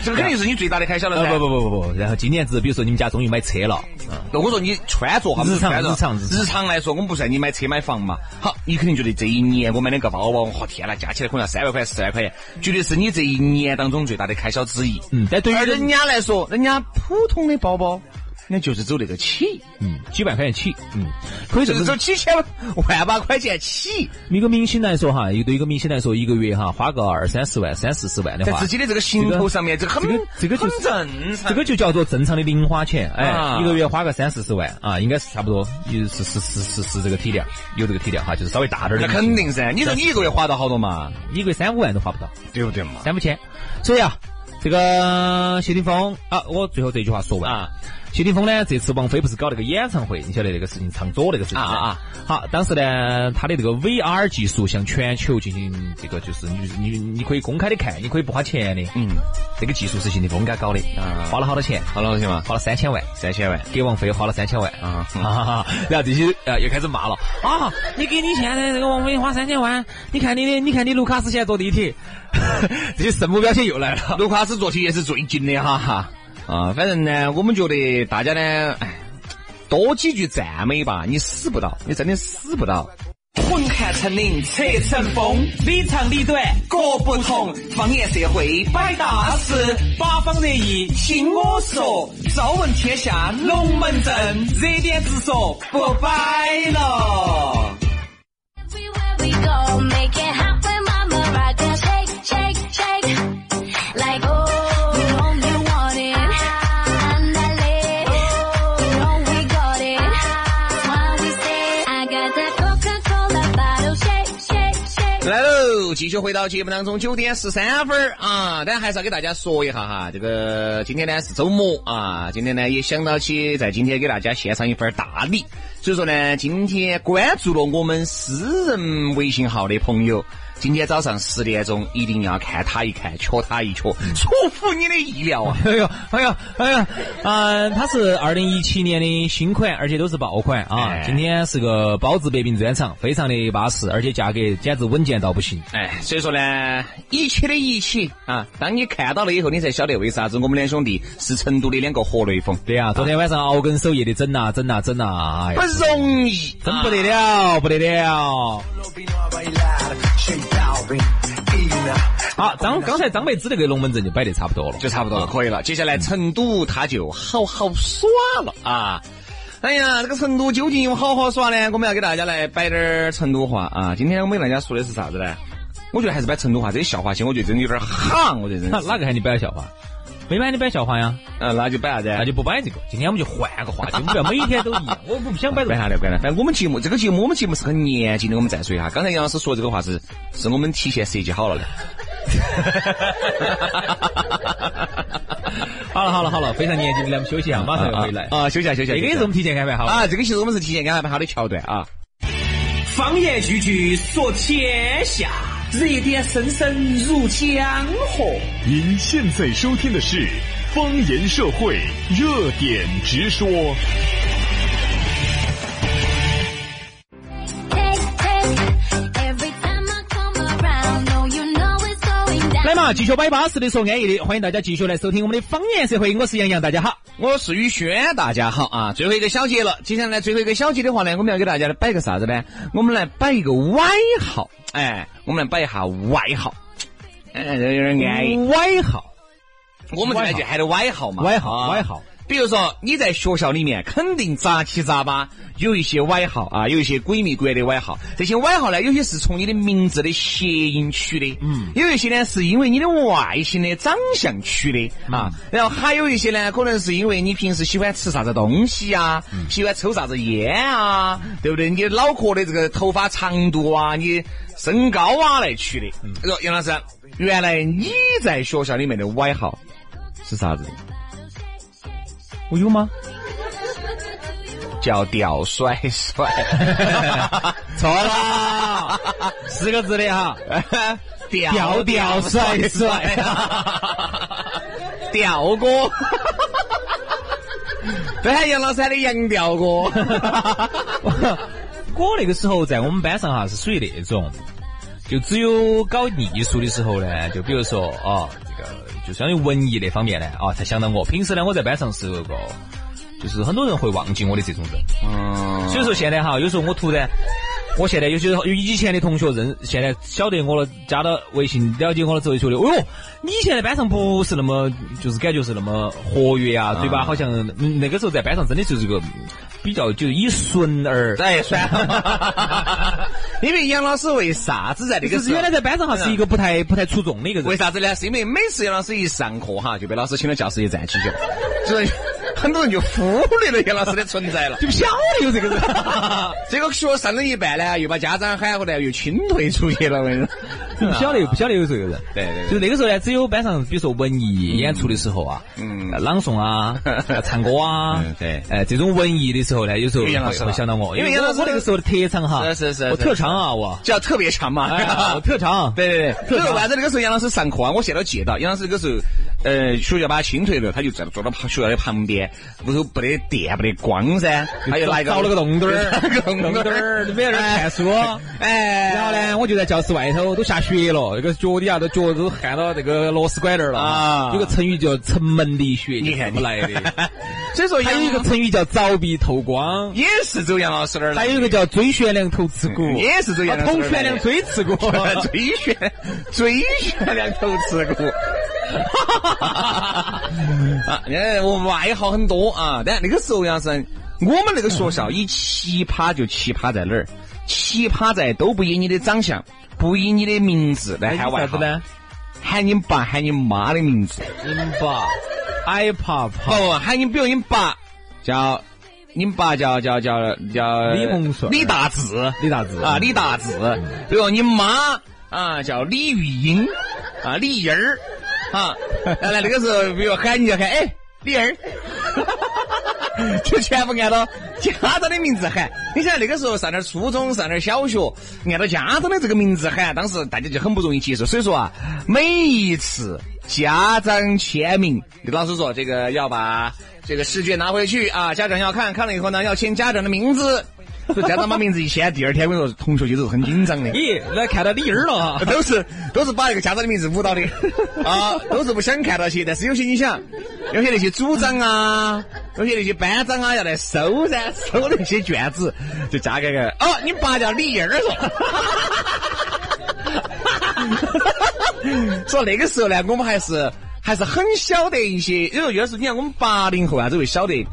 Speaker 2: 这个肯定是你最大的开销了噻。
Speaker 3: 呃，不不不不不，然后今年子，比如说你们家终于买车了，
Speaker 2: 那我说你穿着哈，
Speaker 3: 日常
Speaker 2: 穿着
Speaker 3: 日常日常
Speaker 2: 日常来说，我们不算你买车买房嘛。好，你肯定觉得这一年我买两个包包，我天呐，加起来可能要三万块、四万块钱，绝对是你这一年当中最大的开销之一。
Speaker 3: 嗯，但对于
Speaker 2: 而
Speaker 3: 人
Speaker 2: 人家来说，人家普通的包包，人家就是走那个起，
Speaker 3: 嗯几万块钱起，嗯，可以这
Speaker 2: 就是
Speaker 3: 么
Speaker 2: 走几千万把块钱起，
Speaker 3: 一个明星来说哈，一个对一个明星来说，一个月哈花个二三十万、三四十万的
Speaker 2: 在
Speaker 3: 话
Speaker 2: 自，己的这个行头上面，这个很
Speaker 3: 这个这个就
Speaker 2: 很
Speaker 3: 是
Speaker 2: 正常。
Speaker 3: 这个就叫做正常的零花钱，哎，
Speaker 2: 啊
Speaker 3: 一个月花个三四十万啊，应该是差不多，有是是是是是这个体量，有这个体量哈，就是稍微大点儿
Speaker 2: 那
Speaker 3: 的。
Speaker 2: 肯定噻，你说你一个月花到好多嘛？
Speaker 3: 一个月三五万都花不到，
Speaker 2: 对不对嘛？
Speaker 3: 三五千。所以啊，这个谢霆锋啊，我最后这句话说完
Speaker 2: 啊。
Speaker 3: 谢霆锋呢，这次王菲不是搞那个演唱会，你晓得那个事情唱左那个事情
Speaker 2: 啊啊啊！
Speaker 3: 好，当时呢，他的这个 VR 技术向全球进行这个，就是你你你可以公开的看，你可以不花钱的。
Speaker 2: 嗯，
Speaker 3: 这个技术是谢霆锋给他搞的，
Speaker 2: 啊
Speaker 3: 花了好多钱，
Speaker 2: 好了，行嘛，
Speaker 3: 花了三千万。
Speaker 2: 三千万。
Speaker 3: 给王菲花了三千万
Speaker 2: 啊
Speaker 3: 啊！ 然后这些呃又开始骂了啊！你给你现在这个王菲花三千万，你看你的，你看你卢卡斯现在坐地铁， 这些圣母标签又来了。
Speaker 2: 卢卡斯坐题也是最近的哈哈。啊，反正呢，我们觉得大家呢，哎，多几句赞美吧，你死不到，你真的死不到。
Speaker 1: 混看成岭侧成峰，里长里短各不同。方言社会摆大事，八方热议听我说。朝闻天下龙门阵，热点直说不摆了。
Speaker 4: Everywhere we go, make it happen, mama. Rock that shake, shake, shake. Like, oh, you only want it. Andale. You know we got it. That's why we stay. I got that Coca-Cola bottle. Shake, shake, shake.
Speaker 2: 来喽，继续回到节目当中，九点十三分儿啊，但还是要给大家说一下哈，这个今天呢是周末啊，今天呢也想到起在今天给大家献上一份大礼，所以说呢，今天关注了我们私人微信号的朋友，今天早上十点钟一定要看他一看，瞧他一瞧，
Speaker 3: 嗯
Speaker 2: 出乎你的意料啊！
Speaker 3: 哎呦，哎呦，哎呦，嗯，它是二零一七年的新款，而且都是爆款啊
Speaker 2: 哎！
Speaker 3: 今天是个包治百病专场，非常的巴适，而且价格简直稳健到不行。
Speaker 2: 哎，所以说呢，一切的一切啊，当你看到了以后，你才晓得为啥子我们两兄弟是成都的两个活雷锋，
Speaker 3: 对呀、啊昨天晚上熬更守夜的整啊呐整呐整呐，哎呀
Speaker 2: 不，容易，
Speaker 3: 真不得了，不得了。
Speaker 7: Solo vino a bailar, Shakedown, Ina.
Speaker 3: 好，张刚才张柏芝那个龙门阵就摆得差不多了。
Speaker 2: 就差不多了，可以了。接下来成都他就好好耍了啊！哎呀，这个成都究竟有好好耍呢？我们要给大家来摆点儿成都话啊！今天我们给大家说的是啥子呢？我觉得还是摆成都话，这些笑话些，我觉得真的有点儿行，我觉得真
Speaker 3: 那
Speaker 2: 是。
Speaker 3: 哪个喊你摆笑话？没摆你摆笑话呀，
Speaker 2: 呃，那就摆啥子？
Speaker 3: 那就不摆这个。今天我们就换个话题，我们不要每天都一样。我不想摆
Speaker 2: 管
Speaker 3: 这个。
Speaker 2: 下来，管下来。反正我们节目这个节目，我们节目是很严谨的。我们再说一下，刚才杨老师说这个话是是我们提前设计好了的。
Speaker 3: 好了好了好了，非常严谨的，来我们休息一下，马上要回来。
Speaker 2: 啊，休息一下，休息一下。
Speaker 3: 这个也是我们提前安排好的。
Speaker 2: 啊，这个其实我们是提前安排好的桥段啊。
Speaker 1: 方言句句说天下，热点声声入江河。
Speaker 5: 您现在收听的是方言社会热点直说，
Speaker 4: Take, take. Every time I come around, know you know it's going down.
Speaker 3: 来嘛，继续摆巴适的说安逸的，欢迎大家继续来收听我们的方言社会，我是杨洋，大家好。
Speaker 2: 我是宇轩，大家好啊！最后一个小节了，接下来最后一个小节的话呢，我们要给大家来摆个啥子呢？我们来摆一个外号，哎，我们来摆一下外号，哎，有点安逸。
Speaker 3: 歪号，
Speaker 2: 我们这边就喊的外号嘛，
Speaker 3: 歪号
Speaker 2: 啊，
Speaker 3: 歪。号，
Speaker 2: 比如说你在学校里面肯定杂七杂八有一些歪号啊，有一些鬼迷鬼的歪号。这些歪号呢，有些是从你的名字的谐音取的，嗯，有一些呢是因为你的外形的长相取的啊，然后还有一些呢，可能是因为你平时喜欢吃啥子东西啊，喜欢抽啥子烟啊，对不对？你脑壳的这个头发长度啊，你身高啊来取的。说杨老师，原来你在学校里面的歪号是啥子？我有吗？叫屌帅帅，
Speaker 3: 错了，四个字的哈，
Speaker 2: 屌
Speaker 3: 屌帅帅，
Speaker 2: 屌哥，对，还有杨老师喊的杨屌 哥，
Speaker 3: 我那个时候在我们班上哈是属于那种，就只有搞艺术的时候呢，就比如说哦，这个就相当于文艺那方面呢啊、才想到我。平时呢，我在班上是个，就是很多人会忘记我的这种人。嗯。所以说现在哈，有时候我突然，我现在有些有以前的同学认，现在晓得我了，加到微信了解我了之后，就觉得，哦哟，你以前在班上不是那么，就是感觉是那么活跃啊，对吧？好像、嗯那个时候在班上真的就是个比较就是以顺而。
Speaker 2: 哎，算了，因为杨老师为啥子在那个
Speaker 3: 就
Speaker 2: 时
Speaker 3: 是
Speaker 2: 候
Speaker 3: 原来？在班上哈是一个不太不太出众的一个 人，
Speaker 2: 为啥子呢？是因为每次杨老师一上课哈，就被老师请到教室一站起去了，所以很多人就忽略了杨老师的存在了。
Speaker 3: 就不晓得有这个人。
Speaker 2: 这个学上了一半呢，又把家长喊回来，又清退出去了，我跟你说。
Speaker 3: 就不晓得，不晓得有这个人。
Speaker 2: 对对对
Speaker 3: 就是那个时候呢，只有班上，比如说文艺演出的时候啊，嗯，朗诵啊， 呃唱歌啊
Speaker 2: 嗯，对
Speaker 3: 哎，这种文艺的时候呢，有时候
Speaker 2: 因为
Speaker 3: 会
Speaker 2: 杨老师
Speaker 3: 会想到我，
Speaker 2: 因为杨老师
Speaker 3: 我那个时候的特长哈，
Speaker 2: 是是是是
Speaker 3: 我特长啊，我，
Speaker 2: 叫特别长嘛。
Speaker 3: 哎 呀，我特长，
Speaker 2: 对对
Speaker 3: 特
Speaker 2: 对，所以
Speaker 3: 长
Speaker 2: 为啥子那个时候杨老师上课啊？我现在都记到，杨老师那个时候，呃，学校把他清退了，他就坐坐到旁学校的旁边，屋头不得电，不得光噻，他又 拿一个
Speaker 3: 凿了个洞 洞儿，
Speaker 2: 凿了个洞
Speaker 3: 洞
Speaker 2: 洞
Speaker 3: 儿，
Speaker 2: 儿，
Speaker 3: 就没在那儿看书。哦
Speaker 2: 哎，
Speaker 3: 然后呢，我就在教室外头都下雪了，那个脚底下都脚都焊到这个螺丝管那儿了
Speaker 2: 啊
Speaker 3: 有个成语叫“城门立雪”，
Speaker 2: 你看
Speaker 3: 怎么来的？
Speaker 2: 所以说
Speaker 3: 还
Speaker 2: 杨
Speaker 3: 有一个成语叫“凿壁透光”，
Speaker 2: 也是走杨老师那儿来
Speaker 3: 还有一个叫“追悬梁头刺股”，
Speaker 2: 嗯也是走杨
Speaker 3: 啊
Speaker 2: 老师
Speaker 3: 捅
Speaker 2: 那儿
Speaker 3: 悬
Speaker 2: 来
Speaker 3: 梁
Speaker 2: 的
Speaker 3: 锥刺 股。
Speaker 2: 追悬追悬梁头刺股。 啊，哎，我们外号很多啊，但那个时候杨生，我们那个学校以奇葩就奇葩在哪儿？奇葩在都不以你的长相，不以你的名字来喊外
Speaker 3: 啥
Speaker 2: 号
Speaker 3: 子，呢？
Speaker 2: 喊你爸喊你妈的名字，
Speaker 3: 你爸，iPad，
Speaker 2: 不喊你，比如你爸叫。你爸叫叫叫叫
Speaker 3: 李洪顺
Speaker 2: 李大志，
Speaker 3: 李大志
Speaker 2: 啊，李大志，比如你妈啊叫李玉英啊，李英儿啊，然后那个时候比如喊你就喊哎李英儿， 就全部按照家长的名字喊。你想那个时候上点儿初中，上点儿小学，按照家长的这个名字喊，当时大家就很不容易接受。所以说啊，每一次家长签名，老师说这个要把这个试卷拿回去啊，家长要看看了以后呢，要签家长的名字。所以家长把名字一签，第二天我跟你说，同学就是很紧张的。
Speaker 3: 咦，那看到李英儿了哈。
Speaker 2: 都是都是把那个家长的名字捂到的 啊，都是不想看到些。但是有些你想，有些那些组长啊，有些那些班长啊，要来收噻，收那些卷子，就加个个哦，你爸叫李英儿说。 说那个时候呢，我们还是还是很晓得一些，因为有时候你看我们八零后啊，都会晓得。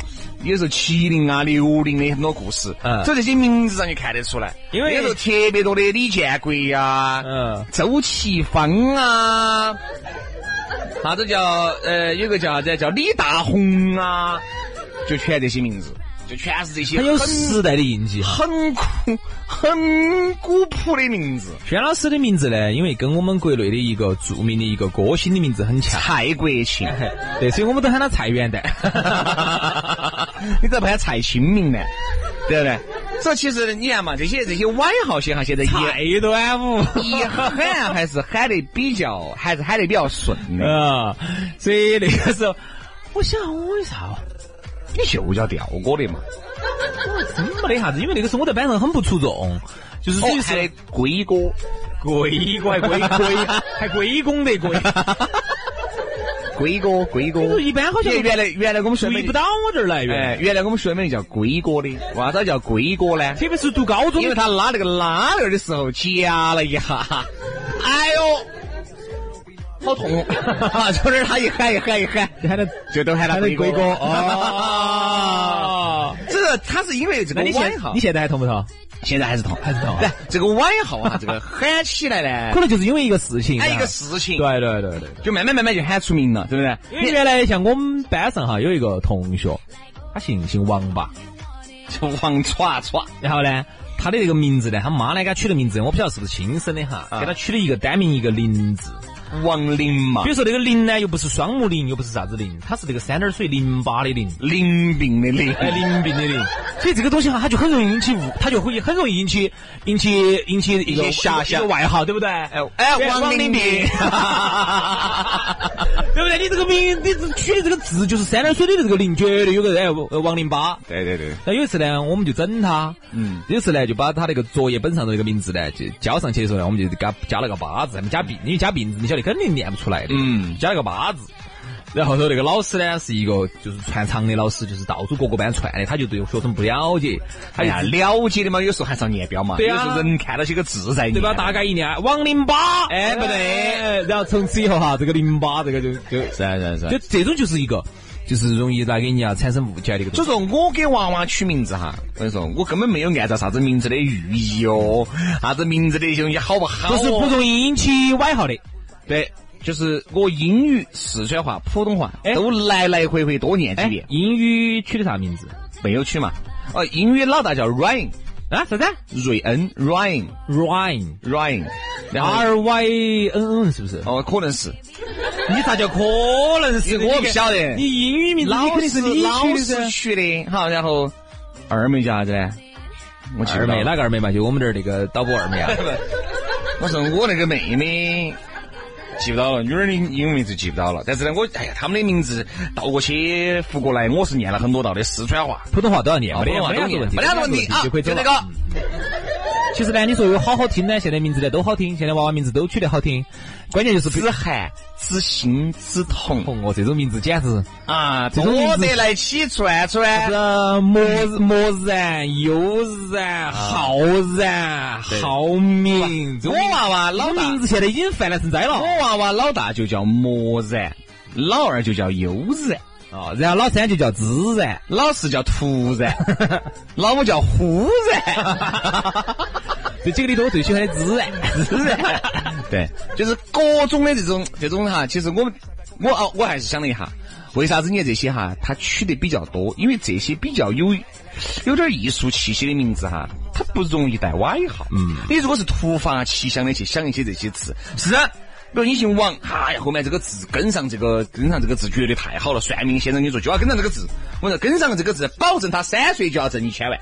Speaker 2: 有时候七零啊、六零的很多故事，
Speaker 3: 嗯
Speaker 2: 所以这些名字让你看得出来。
Speaker 3: 因为
Speaker 2: 那时候特别多的李建啊国呀、
Speaker 3: 嗯，
Speaker 2: 周启芳啊，啥子叫呃，有个叫啥子叫李大红啊，就全这些名字，就全是这些
Speaker 3: 很有
Speaker 2: 很
Speaker 3: 时代的印记哈。
Speaker 2: 很酷、很古朴的名字。
Speaker 3: 轩老师的名字呢，因为跟我们国内的一个著名的一个歌星的名字很像，
Speaker 2: 蔡国庆，
Speaker 3: 对，所以我们都喊他蔡元旦。
Speaker 2: 你咋不喊蔡清明呢？对不对？所以其实你看嘛，这些这些外号些哈，现在也
Speaker 3: 蔡端午。
Speaker 2: 一喊还是喊得比较，还是喊得比较顺的。
Speaker 3: 啊，所以那个时候，我想我为啥
Speaker 2: 你就叫吊哥的嘛，
Speaker 3: 真没得啥子？因为那个时候我在班上很不出众，就是属于
Speaker 2: 哦，
Speaker 3: 是
Speaker 2: 喊龟哥。
Speaker 3: 龟乖 龟龟，还龟公的龟，
Speaker 2: 龟哥，龟哥，
Speaker 3: 一般好像
Speaker 2: 原来原来我们学
Speaker 3: 注
Speaker 2: 妹
Speaker 3: 意不，到我这儿来
Speaker 2: 哎，
Speaker 3: 源。
Speaker 2: 原来我们学妹叫龟哥的，为啥子叫龟哥呢？
Speaker 3: 特别是读高中
Speaker 2: 因为他拉那个拉链的时候夹了一下，哎呦，好痛， 就是他一喊一喊一喊，
Speaker 3: 喊的
Speaker 2: 就都喊他
Speaker 3: 喊的
Speaker 2: 龟
Speaker 3: 龟
Speaker 2: 哥
Speaker 3: 哥
Speaker 2: 哦。这个他是因为这个
Speaker 3: 那你
Speaker 2: 歪
Speaker 3: 现
Speaker 2: 号
Speaker 3: 你，现在还痛不痛？
Speaker 2: 现在还是痛，还
Speaker 3: 是痛啊
Speaker 2: 来，这个歪号啊，这个喊起来
Speaker 3: 可
Speaker 2: 呢，
Speaker 3: 能就是因为哎一个事情，
Speaker 2: 喊一个事情，
Speaker 3: 啊对对对对对。
Speaker 2: 就慢慢慢慢就喊出名了，对不对？
Speaker 3: 因为原来像我们班上哈有一个同学，他姓姓王吧，
Speaker 2: 就王歘歘，
Speaker 3: 然后呢，他的那个名字呢，他妈呢给他取的名字，我不晓得是不是亲生的哈，给他取了一个单名一个林字。
Speaker 2: 王林嘛
Speaker 3: 比，如说那个林呢，又不是双木林，又不是啥子林，它是那个三点水淋巴的淋，
Speaker 2: 淋病的淋，
Speaker 3: 哎，淋病的淋。所以这个东西哈，它就很容易引起误，它就会很容易引起引起引起一个
Speaker 2: 一些遐想
Speaker 3: 一个外号，对不对？哎
Speaker 2: 哎王
Speaker 3: 林
Speaker 2: 林病。
Speaker 3: 对不对？你这个名，你这取的这个字就是三点水的这个林，绝对有个人哎，王王淋巴。
Speaker 2: 对对对，
Speaker 3: 那有一次呢，我们就整他，嗯，有一次呢，就把他那个作业本上的那个名字呢，就交上去的时候呢，我们就给他加了个八字，加病，因为加病字，你晓得肯定念不出来的，
Speaker 2: 嗯，
Speaker 3: 加了个八字。然后头那个老师呢，是一个就是串场的老师，就是到处各个班串的，他就对学生不了解，
Speaker 2: 哎
Speaker 3: 他就
Speaker 2: 呀，了解的嘛，有时候还是要念标嘛，
Speaker 3: 对啊
Speaker 2: 有时候人看到些个字在念，
Speaker 3: 对吧？大概一念王淋巴，
Speaker 2: 哎不对
Speaker 3: 啊哎然后从此以后哈，这个淋巴这个就就是
Speaker 2: 啊是啊是啊
Speaker 3: 就这种就是一个，就是容易来给人家产生误解的一个
Speaker 2: 所
Speaker 3: 东
Speaker 2: 以
Speaker 3: 西。
Speaker 2: 说我给娃娃取名字哈，我跟你说，我根本没有按照啥子名字的寓意哦，啥子名字的东西好不好、哦
Speaker 3: 就是不容易引起外号的，
Speaker 2: 对，就是我英语、四川话、普通话、
Speaker 3: 哎
Speaker 2: 都来来回回多念几
Speaker 3: 哎
Speaker 2: 遍，，
Speaker 3: 英语取的啥名字？
Speaker 2: 没有取嘛。哦，英语老大叫 Ryan，
Speaker 3: 啊，啥子
Speaker 2: 瑞恩 Ryan
Speaker 3: ？Ryan
Speaker 2: Ryan，然后
Speaker 3: R Y N N 是不是？
Speaker 2: 哦，可能是
Speaker 3: 你咋叫可能是
Speaker 2: 我不晓得
Speaker 3: 你英语名字你
Speaker 2: 老
Speaker 3: 肯定
Speaker 2: 师
Speaker 3: 是你
Speaker 2: 老
Speaker 3: 取
Speaker 2: 师
Speaker 3: 的噻。
Speaker 2: 取的，好，然后二妹叫啥子呢？我记不
Speaker 3: 二
Speaker 2: 到
Speaker 3: 妹
Speaker 2: 了。
Speaker 3: 哪个二妹嘛？就我们这儿那个导播二妹啊。
Speaker 2: 我说我那个妹妹记不到了，女儿的英文名字记不到了。但是呢，我哎呀，他们的名字倒过去复过来，我是念了很多道的四川话。
Speaker 3: 普通话都要念，
Speaker 2: 啊
Speaker 3: 没得
Speaker 2: 普通话
Speaker 3: 没啥
Speaker 2: 都
Speaker 3: 子
Speaker 2: 念
Speaker 3: 问题，
Speaker 2: 没啥子问题啊
Speaker 3: 就可以走
Speaker 2: 就
Speaker 3: 了。
Speaker 2: 那个
Speaker 3: 嗯其实呢，你说有好好听呢，现在名字呢都好听，现在娃娃名字都取得好听，关键就是
Speaker 2: 子涵、子欣、子彤
Speaker 3: 哦，这种名字简直
Speaker 2: 啊，
Speaker 3: 这种名
Speaker 2: 多
Speaker 3: 字
Speaker 2: 得来起串串。
Speaker 3: 是漠漠然、悠然、浩然、浩明。
Speaker 2: 啊我娃娃老
Speaker 3: 老
Speaker 2: 大
Speaker 3: 名，字现在已经泛滥成灾了
Speaker 2: 我娃娃老大就叫漠然，老二就叫悠然，
Speaker 3: 啊！然后老三就叫孜然，
Speaker 2: 老四叫突然， 老五叫忽然。
Speaker 3: 这几个里头我最喜欢的哎孜然，孜 然。
Speaker 2: 哎对，就是各种的这种这种哈，其实我们我啊我还是想了一下，为啥子你看这些哈，它取的比较多？因为这些比较有有点艺术气息的名字哈，它不容易带歪号。嗯，你如果是突发奇想的去想一些这些词，是啊。比如你姓王，哎呀，后面这个字跟上这个跟上这个字绝对太好了。算命先生跟你说就要跟上这个字，我说跟上这个字，保证他三岁就要挣一千万。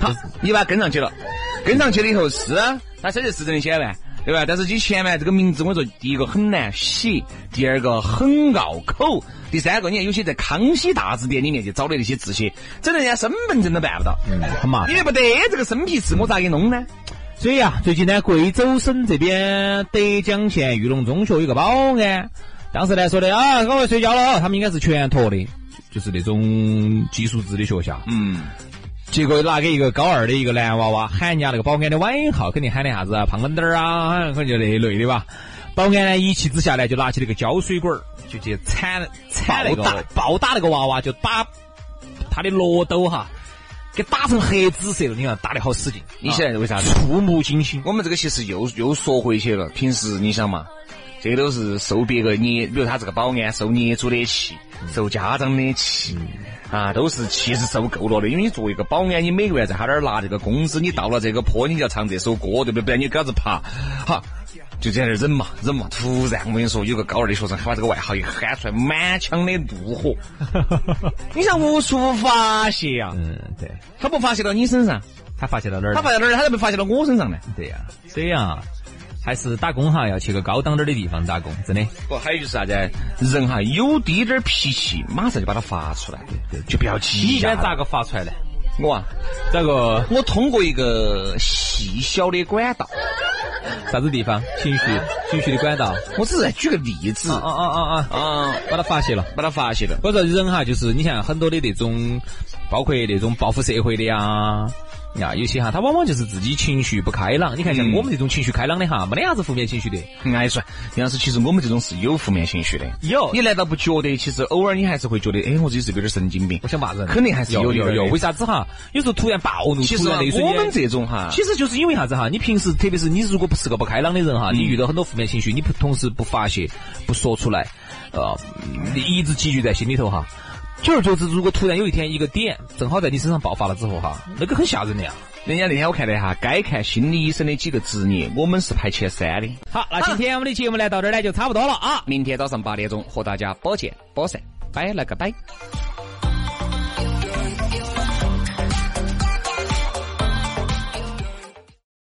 Speaker 2: 好，你把它跟上去了，跟上去了以后是啊，他虽然是挣一千万，对吧？但是你前面这个名字，我说第一个很难写，第二个很拗口，第三个你看有些在康熙大字典里面就找的那些字些，整得人家身份证都办不到，
Speaker 3: 很麻烦
Speaker 2: 你。也不得这个生僻字，我咋给弄呢？
Speaker 3: 所以啊，最近呢，贵州省这边德江县玉龙中学有个保安，当时呢说的啊，各位睡觉了，他们应该是全托的，就是那种寄宿制的学校。
Speaker 2: 嗯，
Speaker 3: 结果拿给一个高二的一个男娃娃喊人家那个保安的外号，肯定喊的啥子啊胖墩墩儿啊，可能就那一类的吧。保安呢一气之下呢，就拿起那个胶水管儿，就去铲铲那个
Speaker 2: 暴打
Speaker 3: 暴打那个娃娃，就把他的罗兜哈给打成黑紫色了。你看打得好使劲，啊
Speaker 2: 你晓得为啥子？
Speaker 3: 触目惊心。
Speaker 2: 我们这个其实又又说回去了。平时你想嘛，这个都是受别个捏，比如他这个保安受业主的气，
Speaker 3: 嗯
Speaker 2: 受家长的气，啊，都是其实受够了的。因为你作为一个保安，你每个月在他那儿拿这个工资，你到了这个坡，你就要唱这首歌，对不对？不然你给啥子爬？好，就在那儿忍嘛，忍嘛。突然我跟你说，有个高二的学生，他把这个外号一喊出来，满腔的怒 火，你想无处发泄呀、
Speaker 3: 嗯，对，
Speaker 2: 他不发泄到你身上，
Speaker 3: 他发现到哪儿
Speaker 2: 他
Speaker 3: 了？
Speaker 2: 发泄到哪儿？他都被发泄到我身上呢。
Speaker 3: 对呀、所以啊，还是打工哈，要去个高档点儿的地方打工，真的。
Speaker 2: 不，还有就是啥子？人哈有滴点儿脾气，马上就把它发出来，就不要
Speaker 3: 你
Speaker 2: 急
Speaker 3: 一
Speaker 2: 呀
Speaker 3: 般。咋个发出来的？
Speaker 2: 我啊，
Speaker 3: 咋个
Speaker 2: 我通过一个细小的管道，
Speaker 3: 啥子地方？情绪情绪的管道？
Speaker 2: 我只是举个例子
Speaker 3: 啊啊啊啊！
Speaker 2: 啊，
Speaker 3: 把它发泄了。
Speaker 2: 把它发泄了。
Speaker 3: 我说人哈，就是你像很多的那种，包括那种报复社会的呀，啊，有些哈，他往往就是自己情绪不开朗。你看，像
Speaker 2: 嗯
Speaker 3: 我们这种情绪开朗的哈，没得啥子负面情绪的。
Speaker 2: 爱帅，杨老师，其实我们这种是有负面情绪的。
Speaker 3: 有
Speaker 2: 你难道不觉得？其实偶尔你还是会觉得，哎，我自己是不是有点神经病
Speaker 3: 我。想骂人，
Speaker 2: 肯定还是有
Speaker 3: 有
Speaker 2: 的
Speaker 3: 有
Speaker 2: 有的
Speaker 3: 为啥子哈？有时候突然暴怒，
Speaker 2: 其实
Speaker 3: 突
Speaker 2: 啊
Speaker 3: 然那一瞬
Speaker 2: 我
Speaker 3: 间
Speaker 2: 们这种哈，
Speaker 3: 其实就是因为啥子哈？你平时特别是你如果不是个不开朗的人哈，你遇到很多负面情绪，你不同时不发泄、不说出来，呃，你一直积聚在心里头哈。久而久之，如果突然有一天一个点正好在你身上爆发了之后哈，那个很吓人的呀。
Speaker 2: 人家那天我看了一下，该看心理医生的几个职业，我们是排前三的。
Speaker 3: 好，那今天我们的节目呢到这儿呢就差不多了啊。
Speaker 2: 明天早上八点钟和大家不见不散，拜了个拜。